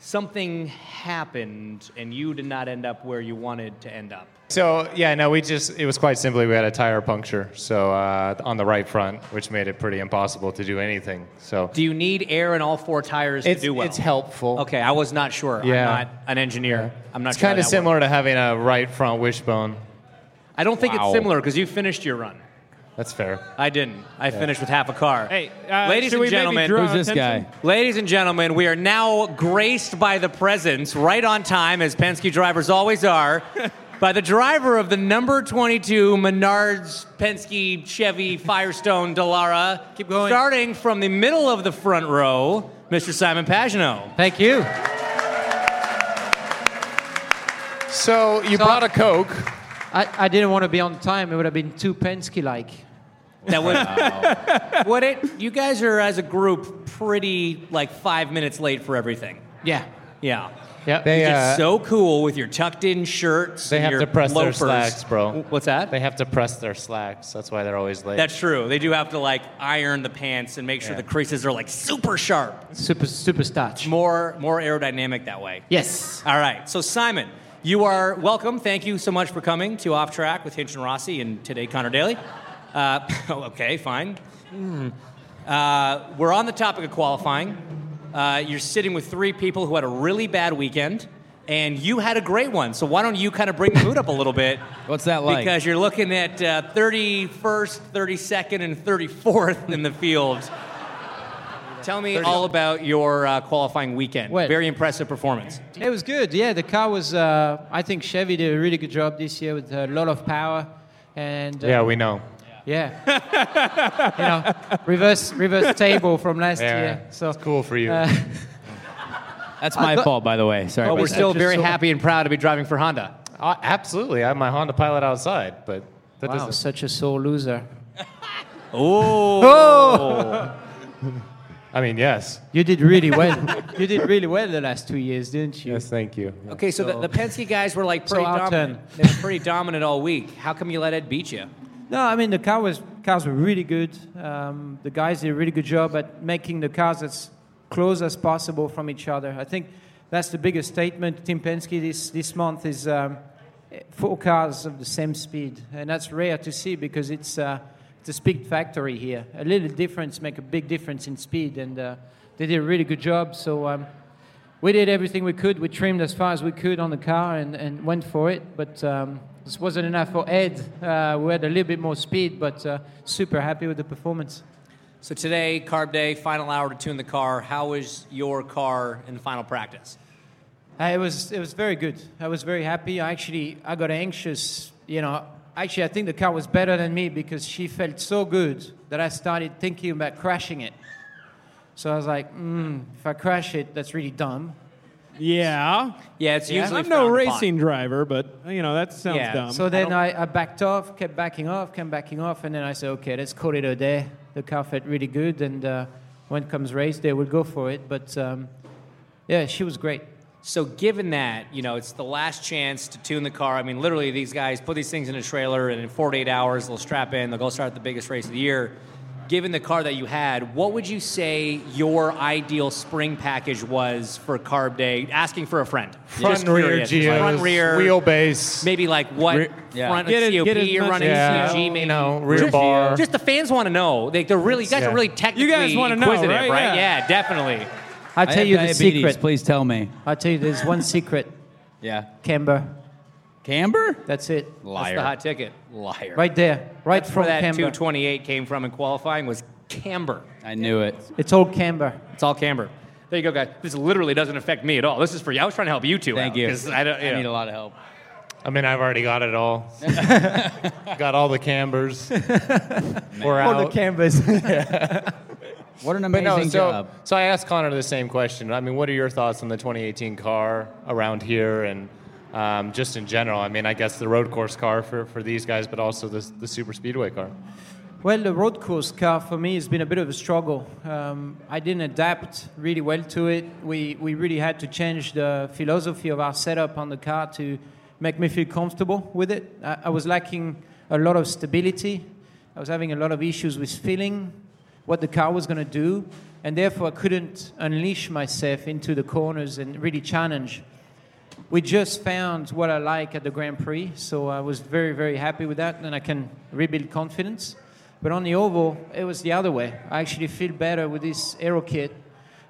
E: something happened, and you did not end up where you wanted to end up.
D: So yeah, no, we just it was quite simply we had a tire puncture, so uh, on the right front, which made it pretty impossible to do anything. So
E: Do you need air in all four tires
D: it's
E: to do well?
D: it's helpful.
E: Okay, I was not sure.
D: Yeah.
E: I'm not an engineer. I'm not.
D: It's
E: sure how
D: kind of
E: that works.
D: similar to having a right front wishbone.
E: I don't think
D: Wow.
E: it's similar because you finished your run.
D: That's fair.
E: I didn't. I finished with half a car.
C: Hey, uh,
E: ladies
C: should
E: and
C: we maybe
E: gentlemen,
C: draw
I: Who's this
C: attention?
I: guy?
E: Ladies and gentlemen, we are now graced by the presence, right on time, as Penske drivers always are, by the driver of the number 22 Menards Penske Chevy Firestone Delara. Keep
J: going.
E: Starting from the middle of the front row, Mr. Simon Pagino.
J: Thank you.
D: So you
J: So-
D: brought a Coke.
J: I, I didn't want to be on time. It would have been too Penske like.
E: That would, would it? You guys are, as a group, pretty like five minutes late for everything.
J: Yeah.
E: Yeah.
D: Yeah, they
E: You're
D: uh,
E: just so cool with your tucked-in shirts.
D: they
E: and
D: have
E: your
D: to press their
E: loafers.
D: slacks, bro.
E: What's that?
D: they have to press their slacks. That's why they're always late.
E: That's true. They do have to like iron the pants and make sure
D: Yeah.
E: the creases are like super sharp.
J: Super, super starch.
E: More more aerodynamic that way.
J: Yes.
E: All right. So Simon, you are welcome. Thank you so much for coming to Off Track with Hinch and Rossi and today Connor Daly. Uh, okay, fine. Hmm. Uh, we're on the topic of qualifying. Uh, you're sitting with three people who had a really bad weekend, and you had a great one. So why don't you kind of bring the mood up a little bit?
I: What's that like?
E: Because you're looking at uh, 31st, 32nd, and 34th in the field. Tell me all about your uh, qualifying weekend.
J: Well-
E: Very impressive performance.
J: It was good. Yeah, the car was. Uh, I think Chevy did a really good job this year with a lot of power, and uh,
D: yeah, we know.
J: yeah. you know, reverse reverse table from last
D: Yeah,
J: year. So
D: it's cool for you.
J: Uh,
I: That's my
J: got-
I: fault, Oh, by the way. Sorry.
B: Oh.
E: But
I: about
E: we're
I: that.
E: still
J: Just
E: very
J: so-
E: happy and proud to be driving for Honda.
D: Uh, absolutely, I have my Honda Pilot outside, but that
J: wow,
D: doesn't.
J: such a sore loser.
D: I mean, yes,
J: You did really well. you did really well the last two years, didn't you?
D: yes, thank you.
E: Okay, so, the, the Penske guys were like
J: So
E: pretty
J: I'll
E: dominant. They were pretty dominant all week. How come you let Ed beat you?
J: No, I mean the car was cars were really good. Um, the guys did a really good job at making the cars as close as possible from each other. I think that's the biggest statement. Tim Penske this this month is um, four cars of the same speed, and that's rare to see because it's uh, it's a speed factory here. A little difference make a big difference in speed, and uh, they did a really good job. So. Um, we did everything we could. We trimmed as far as we could on the car and, and went for it. But um, this wasn't enough for Ed. Uh, we had a little bit more speed, but uh, super happy with the performance.
E: So today, carb day, final hour to tune the car. How was your car in the final practice?
J: Uh, it was it was very good. I was very happy. I actually I got anxious. You know, actually I think the car was better than me because she felt so good that I started thinking about crashing it. So I was like, mm, if I crash it, that's really dumb.
C: Yeah.
E: Yeah, it's usually
C: I'm no
E: frowned upon.
C: racing driver, but you know that sounds
E: Yeah,
C: dumb.
J: So then I, I backed off, kept backing off, kept backing off, and then I said, okay, let's call it a day. The car felt really good, and uh, when comes race day, we'll go for it. But um, yeah, she was great.
E: So given that, you know, it's the last chance to tune the car. I mean, literally, these guys put these things in a trailer, and in 48 hours, they'll strap in. They'll go start the biggest race of the year. given the car that you had, what would you say your ideal spring package was for carb day? Asking for a friend.
D: Front
E: Just
D: and rear
E: curious.
D: geos,
E: front rear,
D: wheelbase.
E: Maybe like what
D: Rear- yeah.
E: front
D: Get it-
E: COP
D: get as
E: you're
D: much
E: running,
D: as you
E: CG
D: know,
E: maybe.
D: you know, rear
E: just,
D: bar.
E: Just the fans want to know. Like they're really, you guys
I: Yeah.
E: are really technically
I: You guys wanna know,
E: inquisitive,
I: right?
E: right?
I: Yeah.
E: Yeah, definitely.
I: I tell you the secret. Please tell me.
J: I tell you, there's one secret.
I: Yeah.
J: Camber.
I: Camber?
J: That's it.
E: That's the hot ticket. Liar.
J: Right there, right
E: That's
J: from
E: where that
J: Camber.
E: 228 came from in qualifying was Camber.
I: I knew it.
J: It's all Camber.
E: It's all Camber. There you go, guys. This literally doesn't affect me at all. This is for you. I was trying to help you two Thank out.
D: you.
E: 'cause I, don't,
D: I need a
I: lot of help.
D: I mean, I've already got it all. got all the cambers. We're
J: All
D: out.
J: the cambers.
I: What an
D: But no,
I: amazing
D: so,
I: job.
D: So I asked Connor the same question. I mean, what are your thoughts on the 2018 car around here and um, just in general? I mean, I guess the road course car for, for these guys, but also the, the super speedway car.
J: Well, the road course car for me has been a bit of a struggle. Um, I didn't adapt really well to it. We, we really had to change the philosophy of our setup on the car to make me feel comfortable with it. I, I was lacking a lot of stability. I was having a lot of issues with feeling what the car was going to do, and therefore I couldn't unleash myself into the corners and really challenge we just found what I like at the Grand Prix, so I was very, very happy with that, and I can rebuild confidence. But on the oval, it was the other way. I actually feel better with this aero kit,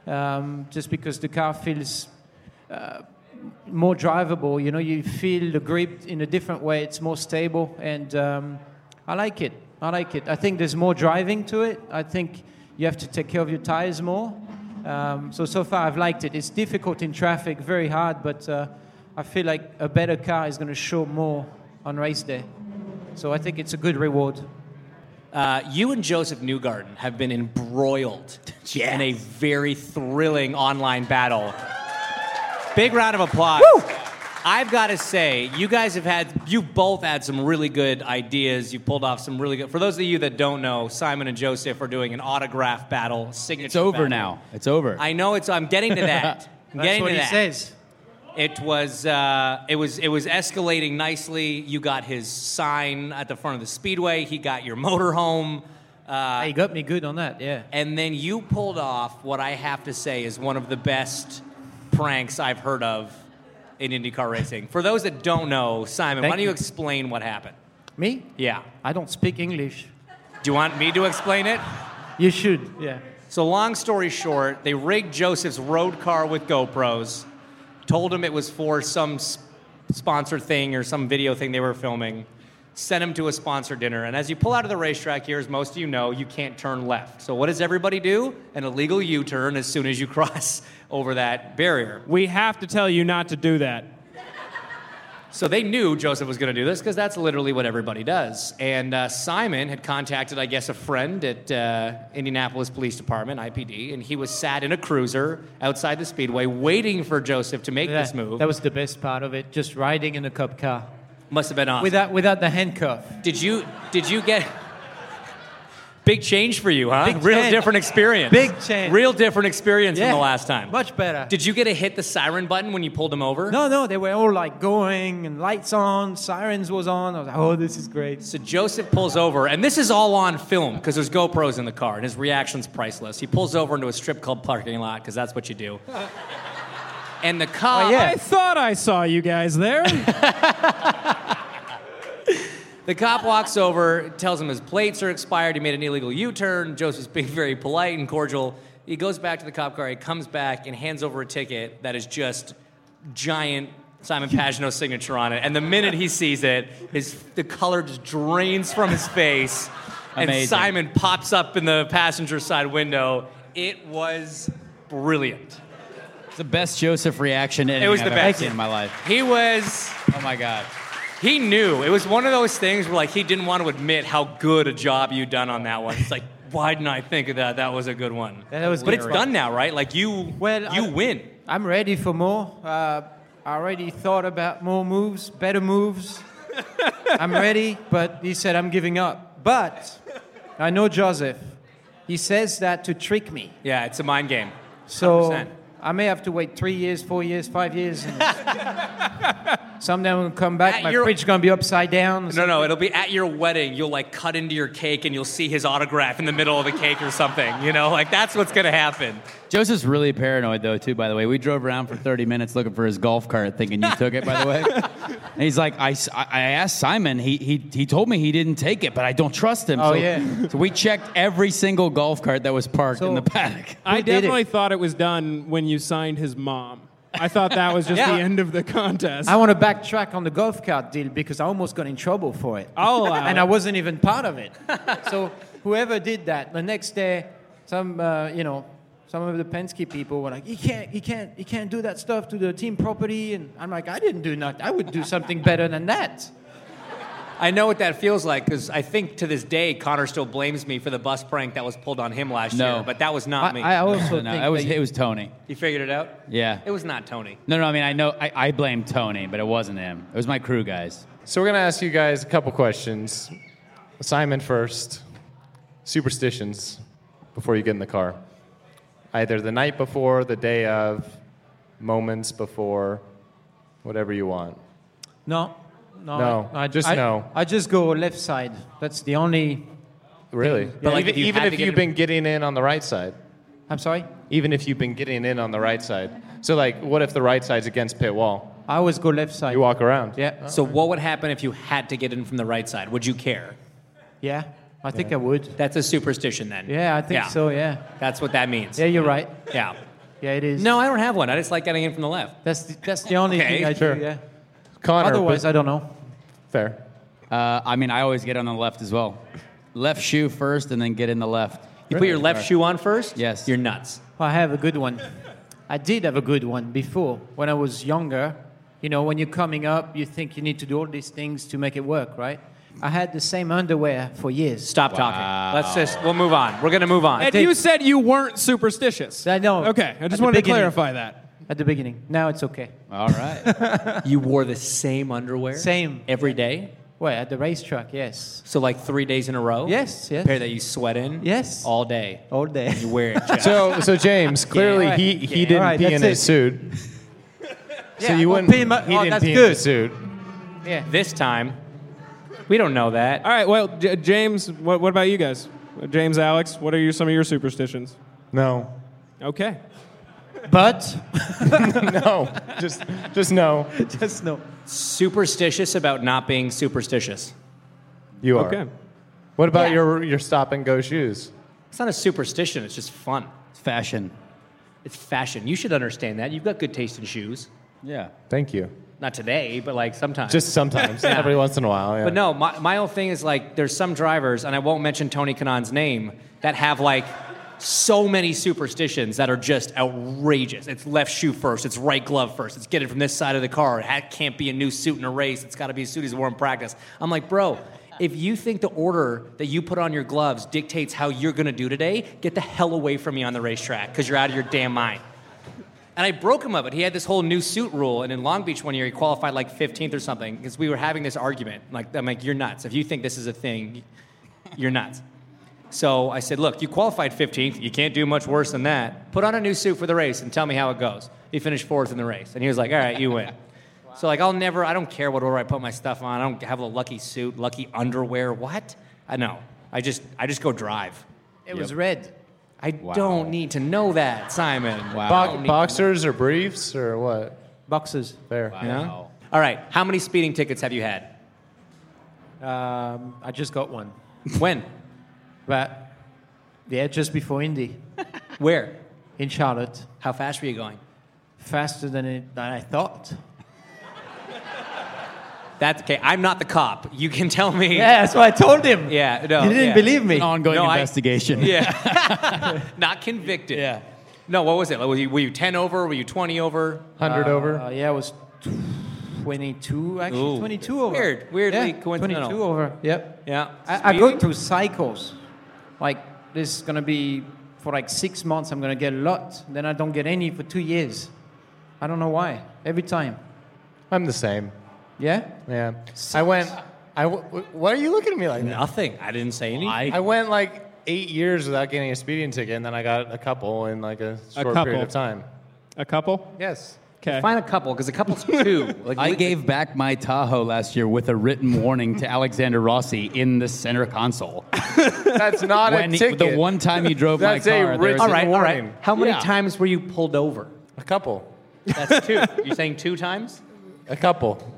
J: um, just because the car feels uh, more drivable. You know, you feel the grip in a different way. It's more stable, and um, I like it. I like it. I think there's more driving to it. I think you have to take care of your tires more. Um, so so far, I've liked it. It's difficult in traffic, very hard, but uh, I feel like a better car is going to show more on race day. So I think it's a good reward.
E: Uh, you and Joseph Newgarden have been embroiled in a very thrilling online battle. Big round of applause. I've got to say, you guys have had, you both had some really good ideas. You pulled off some really good. For those of you that don't know, Simon and Joseph are doing an autograph battle, signature.
I: It's over
E: battle.
I: now. It's over.
E: I know it's. I'm getting to that. I'm
I: That's
E: getting
I: what
E: to
I: he
E: that.
I: says.
E: It was. Uh, it was. It was escalating nicely. You got his sign at the front of the speedway. He got your motorhome. Uh,
J: he got me good on that. Yeah.
E: And then you pulled off what I have to say is one of the best pranks I've heard of in IndyCar racing. For those that don't know, Simon,
J: Thank
E: why don't
J: you.
E: you explain what happened?
J: Me?
E: Yeah.
J: I don't speak English.
E: Do you want me to explain it?
J: You should. Yeah.
E: So, long story short, they rigged Joseph's road car with GoPros, told him it was for some s- sponsor thing or some video thing they were filming, sent him to a sponsor dinner. And as you pull out of the racetrack here, as most of you know, you can't turn left. So, what does everybody do? An illegal U turn as soon as you cross over that barrier.
C: We have to tell you not to do that.
E: So they knew Joseph was going to do this because that's literally what everybody does. And uh, Simon had contacted, I guess, a friend at uh, Indianapolis Police Department (IPD), and he was sat in a cruiser outside the speedway waiting for Joseph to make
J: Yeah,
E: this move.
J: That was the best part of it, just riding in a cup car
E: Must have been awesome.
J: without without the handcuff.
E: did you did you get big change for you, huh?
J: Big
E: Real
J: change.
E: different experience.
J: Big change.
E: Real different experience
J: Yeah.
E: from the last time.
J: Much better.
E: Did you get to hit the siren button when you pulled him over?
J: No, Oh, no, they were all like going and lights on, sirens was on. I was like, oh, this is great.
E: So Joseph pulls over, and this is all on film because there's GoPros in the car, and his reaction's priceless. He pulls over into a strip club parking lot because that's what you do. And the cop,
C: I thought I saw you guys there.
E: the cop walks over, tells him his plates are expired. He made an illegal U-turn. Joseph's being very polite and cordial. He goes back to the cop car. He comes back and hands over a ticket that is just giant Simon Pagino signature on it. And the minute he sees it, his the color just drains from his face.
I: Amazing.
E: And Simon pops up in the passenger side window. It was brilliant.
I: It's the best Joseph reaction
E: It was
I: I've
E: the
I: ever
E: best.
I: seen in my life.
E: He was.
I: Oh my god.
E: He knew. It was one of those things where like he didn't want to admit how good a job you done on that one. It's like, why didn't I think of that? That was a good one.
J: That was
E: but
J: good.
E: it's done now, right? Like you
J: Well,
E: you
J: I-
E: win.
J: I'm ready for more. Uh, I already thought about more moves, better moves. I'm ready, but he said I'm giving up. But I know Joseph. He says that to trick me.
E: Yeah, it's a mind game.
J: So
E: 100%.
J: I may have to wait three years, four years, five years. Someday I'm gonna come back.
E: At
J: my
E: your-
J: fridge gonna be upside down.
E: No, no, it'll be at your wedding. You'll like cut into your cake and you'll see his autograph in the middle of a cake or something. You know, like that's what's gonna happen.
I: Joseph's really paranoid though too. By the way, we drove around for 30 minutes looking for his golf cart, thinking you took it. By the way, and he's like, I, s- I- I asked Simon. He, he he told me he didn't take it, but I don't trust him.
C: Oh,
I: so,
C: yeah.
I: So we checked every single golf cart that was parked in the paddock.
C: I definitely thought it was done when you signed his mom. I thought that was just
J: Yeah.
C: the end of the contest.
J: I want to backtrack on the golf cart deal because I almost got in trouble for it.
C: I'll allow
J: and
C: it.
J: I wasn't even part of it. so whoever did that, the next day, some uh, you know, some of the Penske people were like, "You can't, you can't, you can't do that stuff to the team property." And I'm like, "I didn't do nothing. I would do something better than that."
E: I know what that feels like because I think to this day Connor still blames me for the bus prank that was pulled on him last
I: No.
E: year, but that was not me.
I: I, I also no, it was
E: that you-
I: it was Tony.
E: You figured it out?
I: Yeah.
E: It was not Tony.
I: No, no. I mean, I know I, I blame Tony, but it wasn't him. It was my crew guys.
D: So we're gonna ask you guys a couple questions. Simon first. Superstitions before you get in the car. Either the night before, the day of, moments before, whatever you want.
J: No, no,
D: No,
J: I, I-
D: just
J: I-
D: no.
J: I just go left side. That's the only.
D: Really?
J: But like
D: even
J: if you
D: even
J: had
D: if
J: to get
D: you've
J: in-
D: been getting in on the right side.
J: I'm sorry.
D: Even if you've been getting in on the right side. So like, what if the right side's against pit wall?
J: I always go left side.
D: You walk around.
J: Yeah.
E: So what would happen if you had to get in from the right side? Would you care?
J: Yeah, I think I would.
E: That's a superstition then.
J: Yeah, I think so. Yeah.
E: That's what that means.
J: Yeah, you're right.
E: Yeah.
J: Yeah, it is.
E: No, I don't have one. I just like getting in from the left.
J: That's the, that's the only
E: Okay,
J: thing I
E: sure.
J: do. Yeah.
D: Connor.
J: Otherwise,
D: but-
J: I don't know.
D: Fair.
I: Uh, I mean, I always get on the left as well. Left shoe first, and then get in the left.
E: You put your left shoe on first?
I: Yes.
E: You're nuts.
J: I have a good one. I did have a good one before when I was younger. You know, when you're coming up, you think you need to do all these things to make it work, right? I had the same underwear for years.
E: Stop talking. Let's just, we'll move on. We're going to move on.
C: and you said you weren't superstitious.
J: I know.
C: Okay, I
J: At
C: just
J: the
C: wanted to
J: beginning.
C: clarify that.
J: At the beginning. Now it's okay.
I: All right.
E: you wore the same underwear?
J: Same.
E: Every day?
J: Wait, at the racetrack, yes.
E: So like three days in a row?
J: Yes, yes.
E: Pair that you sweat in?
J: Yes.
E: All day.
J: All day.
E: You wear it. Jeff.
D: So so James, clearly
J: Yeah.
D: he,
J: Yeah.
D: he didn't
J: Alright,
D: pee in
J: that's
D: his
J: it.
D: suit. so
J: Yeah,
D: you
J: well,
D: wouldn't.
J: pee in my-
D: he
J: oh,
D: didn't
J: that's
D: pee in
J: good.
D: his suit.
J: Yeah.
E: this time, we don't know that.
C: All right, well, J- James, what, what about you guys? James, Alex, what are your, some of your superstitions?
D: No.
C: Okay.
J: But
D: no. Just just no.
J: just no.
E: Superstitious about not being superstitious.
D: You are.
C: Okay.
D: What about
E: Yeah.
D: your your stop and go shoes?
E: It's not a superstition, it's just fun.
I: It's fashion.
E: It's fashion. You should understand that. You've got good taste in shoes.
I: Yeah.
D: Thank you.
E: Not today, but like sometimes.
D: Just sometimes, every once in a while. Yeah.
E: But no, my, my whole thing is like there's some drivers, and I won't mention Tony Kanon's name, that have like so many superstitions that are just outrageous. It's left shoe first, it's right glove first, it's get it from this side of the car, it ha- can't be a new suit in a race, it's gotta be a suit he's worn in practice. I'm like, bro, if you think the order that you put on your gloves dictates how you're gonna do today, get the hell away from me on the racetrack, because you're out of your damn mind. And I broke him of it. He had this whole new suit rule, and in Long Beach one year, he qualified like 15th or something because we were having this argument. Like, I'm like, you're nuts. If you think this is a thing, you're nuts. So I said, look, you qualified 15th. You can't do much worse than that. Put on a new suit for the race and tell me how it goes. He finished fourth in the race, and he was like, all right, you win. So like, I'll never. I don't care what order I put my stuff on. I don't have a lucky suit, lucky underwear. What? I know. I just, I just go drive.
J: It was red.
E: I don't need to know that, Simon. Wow.
D: Bo- boxers or briefs or what?
J: Boxes.
D: There.
E: Yeah. All right. How many speeding tickets have you had?
J: Um, I just got one.
E: When?
J: But yeah, just before Indy
E: Where?
J: in Charlotte.
E: How fast were you going?
J: faster than, it, than I thought.
E: That's okay. I'm not the cop. You can tell me.
J: Yeah, that's what I told him.
E: Yeah, no.
J: He didn't
E: yeah.
J: believe me.
I: Ongoing
E: No, I-
I: investigation.
E: Yeah. not convicted. Yeah. No, what was it? Like, were, you, were you 10 over? Were you 20 over?
D: 100 over?
J: Uh, yeah, I was 22, actually.
E: Ooh.
J: 22 over.
E: Weird, weirdly
J: Yeah,
E: coincidental.
J: 22 over, yep.
E: Yeah.
J: I, I
E: Speeding?
J: go through cycles. Like, this is going to be for like six months, I'm going to get a lot. Then I don't get any for two years. I don't know why. Every time.
D: I'm the same.
J: Yeah?
D: Yeah. I went. I w- w- why are you looking at me like that?
E: Nothing. I didn't say anything.
D: I went like eight years without getting a speeding ticket, and then I got a couple in like a short
C: couple.
D: period of time.
C: A couple?
D: Yes.
C: Okay.
E: Find a couple because a couple's two. Like,
I: I
E: we-
I: gave back my Tahoe last year with a written warning to Alexander Rossi in the center console.
D: That's not
I: When
D: a
I: he-
D: ticket.
I: the one time you drove my
D: That's a
I: car, there
D: written
I: was
E: all right, all right.
D: warning.
E: How many
I: Yeah.
E: times were you pulled over?
D: A couple.
E: That's two. You're saying two times?
D: A couple.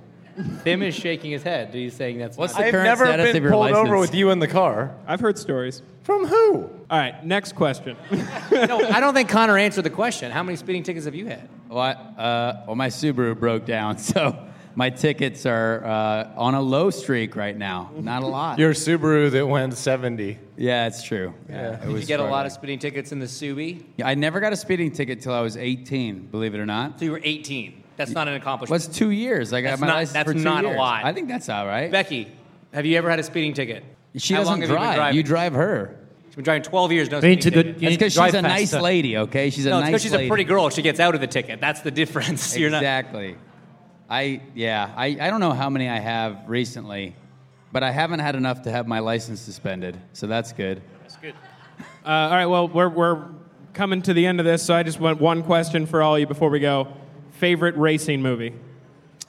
E: Tim is shaking his head. He's saying that's
I: What's
E: not
I: the
D: I've
I: current
D: never
I: status of
D: been
I: your
D: pulled
I: license?
D: over with you in the car.
C: I've heard stories.
D: From who?
C: All right, next question. Uh,
E: no, I don't think Connor answered the question. How many speeding tickets have you had?
I: Well, I, uh, well, my Subaru broke down, so my tickets are uh, on a low streak right now. Not a lot.
D: Your Subaru that went 70.
I: yeah, it's true. Yeah, it
E: Did
I: was
E: you get a lot of
I: struggling.
E: speeding tickets in the Subi?
I: Yeah, I never got a speeding ticket till I was 18. Believe it or not.
E: So you were 18. That's not an accomplishment.
I: What's two years? I got
E: That's
I: my
E: not-
I: license
E: that's
I: for two
E: not a
I: years.
E: lot.
I: I think that's all right.
E: Becky, have you ever had a speeding ticket?
I: she
E: How
I: doesn't
E: long have
I: drive.
E: You, been driving?
I: you drive her.
E: She's been driving 12 years. No
J: You
E: speeding
J: need to
E: ticket.
J: good.
I: That's because she's a nice lady. Okay, she's a
E: No, it's
I: nice.
E: because she's
I: lady.
E: a pretty girl. She gets out of the ticket. That's the difference. You're not.
I: exactly. I yeah. I, I don't know how many I have recently, but I haven't had enough to have my license suspended, so that's good.
C: Uh, all right, well, we're, we're coming to the end of this, so I just want one question for all of you before we go. Favorite racing movie?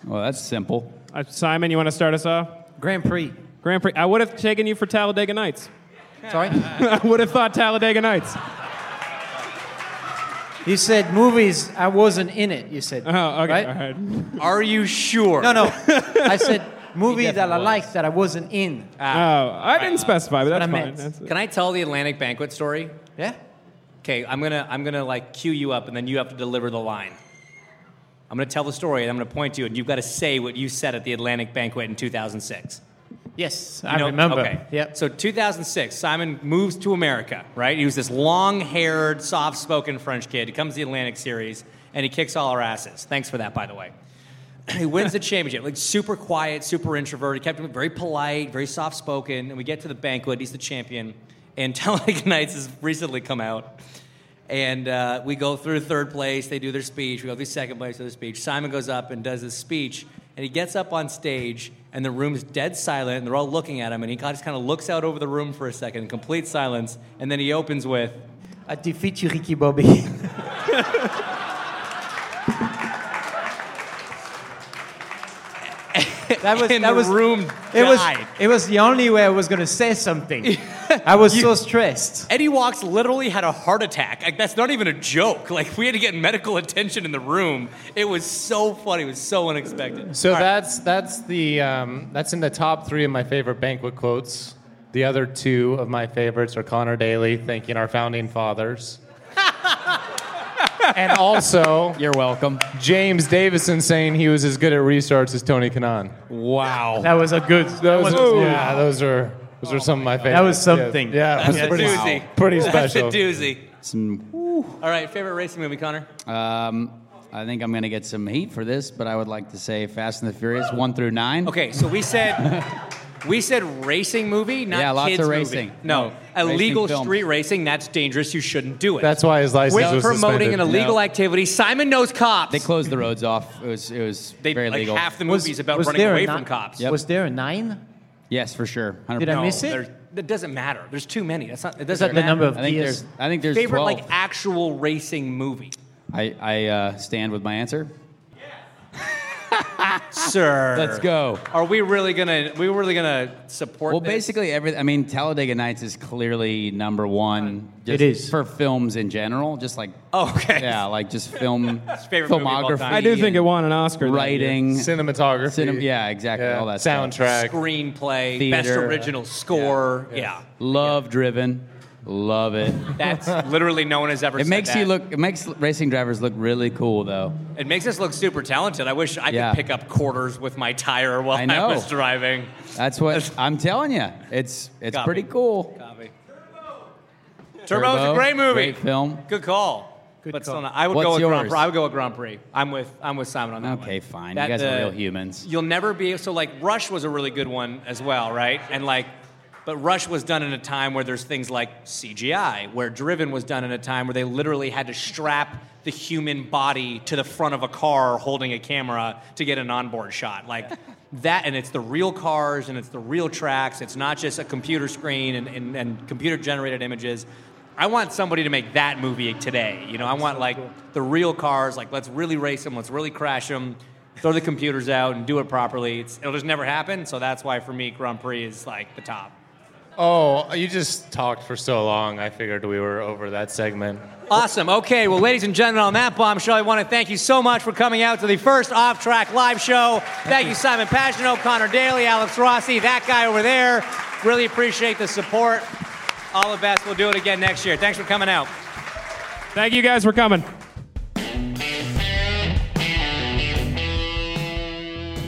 I: Well, that's simple.
C: Uh, Simon, you want to start us off?
J: Grand Prix.
C: Grand Prix. I would have taken you for Talladega Nights.
J: Sorry.
C: I would have thought Talladega Nights.
J: you said movies. I wasn't in it. You said.
E: Uh-huh.
C: Oh, okay.
J: Right?
C: All right.
E: Are you sure?
J: No, no. I said movie
E: definitely
J: that I
E: was. Ah.
J: liked that I wasn't in.
C: Oh, I didn't specify, but
J: Ah. what
C: that's fine.
J: I meant.
C: That's-
E: Can I tell the Atlantic banquet story?
J: Yeah.
E: Okay, I'm gonna I'm gonna like cue you up, and then you have to deliver the line. I'm gonna tell the story, and I'm gonna point to you, and you've got to say what you said at the Atlantic banquet in 2006.
J: Yes,
E: You
J: I
E: know-
J: remember.
E: Okay.
J: Yep.
E: So 2006, Simon moves to America, right? He was this long-haired, soft-spoken French kid. He comes to the Atlantic Series, and he kicks all our asses. Thanks for that, by the way. he wins the championship. Like super quiet, super introverted. Kept him very polite, very soft spoken. And we get to the banquet. He's the champion. And Talladega Nights has recently come out. And uh, we go through third place. They do their speech. We go through second place, do their speech. Simon goes up and does his speech. And he gets up on stage, and the room's dead silent. And they're all looking at him. And he just kind of looks out over the room for a second, in complete silence. And then he opens with,
J: I defeat you, Ricky Bobby. That was
E: and
J: that
E: the
J: was
E: room
J: It was
E: died.
J: it was the only way I was gonna say something. I was so stressed.
E: Eddie Walks literally had a heart attack. Like that's not even a joke. Like we had to get medical attention in the room. It was so funny. It was so unexpected.
D: So
E: All right.
D: that's that's the um, that's in the top three of my favorite banquet quotes. The other two of my favorites are Connor Daly thanking our founding fathers, and also
I: You're welcome.
D: James Davison saying he was as good at restarts as Tony Kanon.
I: Wow.
J: That was a good. That
D: Those,
J: was,
D: are- yeah, those are those are some of my favorites.
J: was something.
D: Yeah, yeah it was
E: That's a
D: pretty,
E: doozy.
D: pretty
E: That's a
D: special.
E: doozy. All right, favorite racing movie, Connor.
I: Um, I think I'm gonna get some heat for this, but I would like to say Fast and the Furious one through nine.
E: Okay, so we said we said racing movie, not
I: Yeah, lots
E: kids
I: of
E: movie.
I: racing.
E: No,
I: No, racing
E: illegal
I: films.
E: street racing. That's dangerous. You shouldn't do it.
D: That's why his license
E: Quit
D: was
E: promoting
D: suspended.
E: an illegal
I: No.
E: activity. Simon knows cops.
I: They closed the roads off. It was it was
E: They-
I: very
E: like
I: legal.
E: half the movies about
J: was
E: running
J: there a
E: away
J: ni-
E: from cops.
J: Was there a nine?
I: yes, for sure. 100%.
J: Did I
E: No,
J: miss it?
E: there's- That doesn't matter. There's too many. That's not. It
J: Is
E: doesn't
J: that the
E: matter.
J: number of
I: I think
J: years?
I: there's I think there's
E: favorite
I: 12.
E: like actual racing movie,
J: Ah,
I: I I uh, stand with my answer.
E: sir.
I: Let's go.
E: Are we really gonna? We really gonna support?
I: Well,
E: this?
I: basically every I mean Talladega Nights is clearly number one. Just
J: It is.
I: for films in general, just like
E: Oh, okay.
I: yeah, like just film
E: favorite movie of all
I: filmography.
E: time.
C: I do think it
I: and
C: won an Oscar. that year.
I: writing.
D: cinematography.
I: Cinem- yeah, exactly, all that stuff.
D: soundtrack.
E: Screenplay, best
I: Theater.
E: original score. Yeah,
I: Love driven. Love it.
E: that's literally no one has ever.
I: It
E: said
I: makes
E: that.
I: you look. It makes racing drivers look really cool, though.
E: It makes us look super talented. I wish I
I: Yeah.
E: could pick up quarters with my tire while
I: I
E: I,
I: know.
E: was driving.
I: That's what I'm telling you. It's it's
E: Copy.
I: pretty cool.
E: Copy. Turbo is a great movie.
I: Great film.
E: Good call. but still not. I would
I: What's
E: go with Grand
I: yours?
E: Prix. I would go with Grand Prix. I'm with I'm with Simon on that. one.
I: Okay, fine. You guys are real humans.
E: You'll never be so like Rush was a really good one as well, right? And like but Rush was done in a time where there's things like CGI, where Driven was done in a time where they literally had to strap the human body to the front of a car holding a camera to get an onboard shot. Like that, and it's the real cars and it's the real tracks. It's not just a computer screen and, and, and computer generated images. I want somebody to make that movie today. You know, I want like the real cars. Like, let's really race them. Let's really crash them. Throw the computers out and do it properly. It's, it'll just never happen. So that's why for me, Grand Prix is like the top.
D: Oh, you just talked for so long. I figured we were over that segment.
E: Awesome. Okay. Well, ladies and gentlemen, on that bombshell, I want to thank you so much for coming out to the first off track live show. Thank, you, Simon Pagino, Connor Daly, Alex Rossi, that guy over there. Really appreciate the support. All the best. We'll do it again next year. Thanks for coming out.
C: Thank you guys for coming.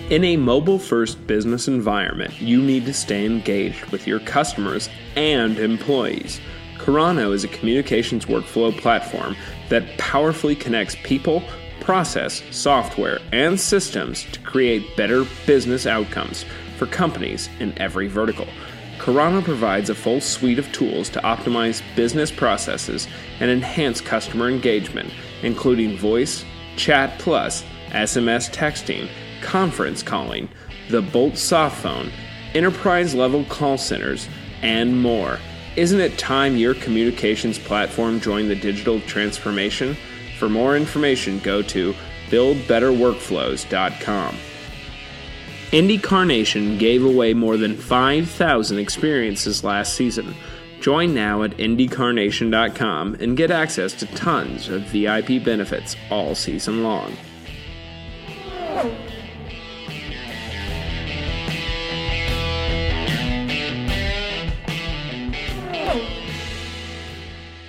B: In a mobile first business environment, you need to stay engaged with your customers and employees. Carano is a communications workflow platform that powerfully connects people, process, software, and systems to create better business outcomes for companies in every vertical. Carano provides a full suite of tools to optimize business processes and enhance customer engagement, including voice, chat plus, SMS texting, conference calling, the Bolt soft phone, enterprise level call centers, and more. Isn't it time your communications platform joined the digital transformation? For more information, go to buildbetterworkflows.com. IndyCar Nation gave away more than 5,000 experiences last season. Join now at IndyCarNation.com and get access to tons of VIP benefits all season long.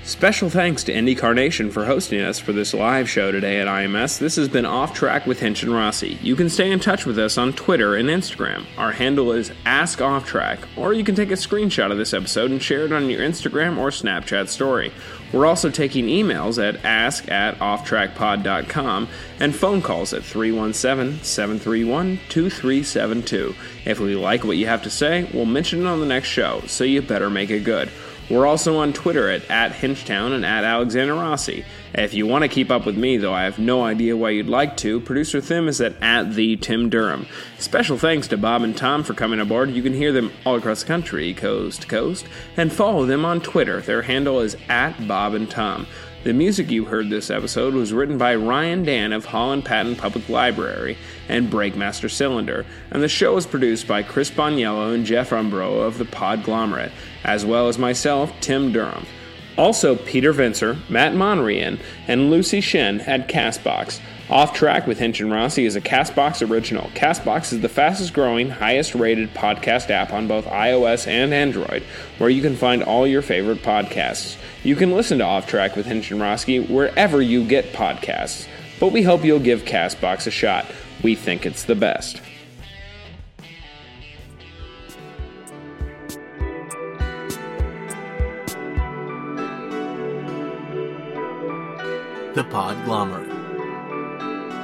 B: Special thanks to IndyCar Nation for hosting us for this live show today at IMS. This has been Off Track with Hinch and Rossi. You can stay in touch with us on Twitter and Instagram. Our handle is Ask Off Track, or you can take a screenshot of this episode and share it on your Instagram or Snapchat story. We're also taking emails at ask at offtrackpod.com and phone calls at 317 731 2372. If we like what you have to say, we'll mention it on the next show, so you better make it good. We're also on Twitter at, at Hinchtown and at Alexander Rossi. If you want to keep up with me, though I have no idea why you'd like to, producer Thim is at, at the Tim Durham. Special thanks to Bob and Tom for coming aboard. You can hear them all across the country, coast to coast, and follow them on Twitter. Their handle is at Bob and Tom. The music you heard this episode was written by Ryan Dan of Holland Patton Public Library and Breakmaster Cylinder, and the show was produced by Chris Boniello and Jeff Umbro of the Podglomerate, as well as myself, Tim Durham. Also, Peter Vincer, Matt Monrian, and Lucy Shen at Castbox. Off Track with Hinch and Rossi is a Castbox original. Castbox is the fastest growing, highest rated podcast app on both iOS and Android, where you can find all your favorite podcasts. You can listen to Off Track with Hinch and Rossi wherever you get podcasts, but we hope you'll give Castbox a shot. We think it's the best.
K: The Podglomerate.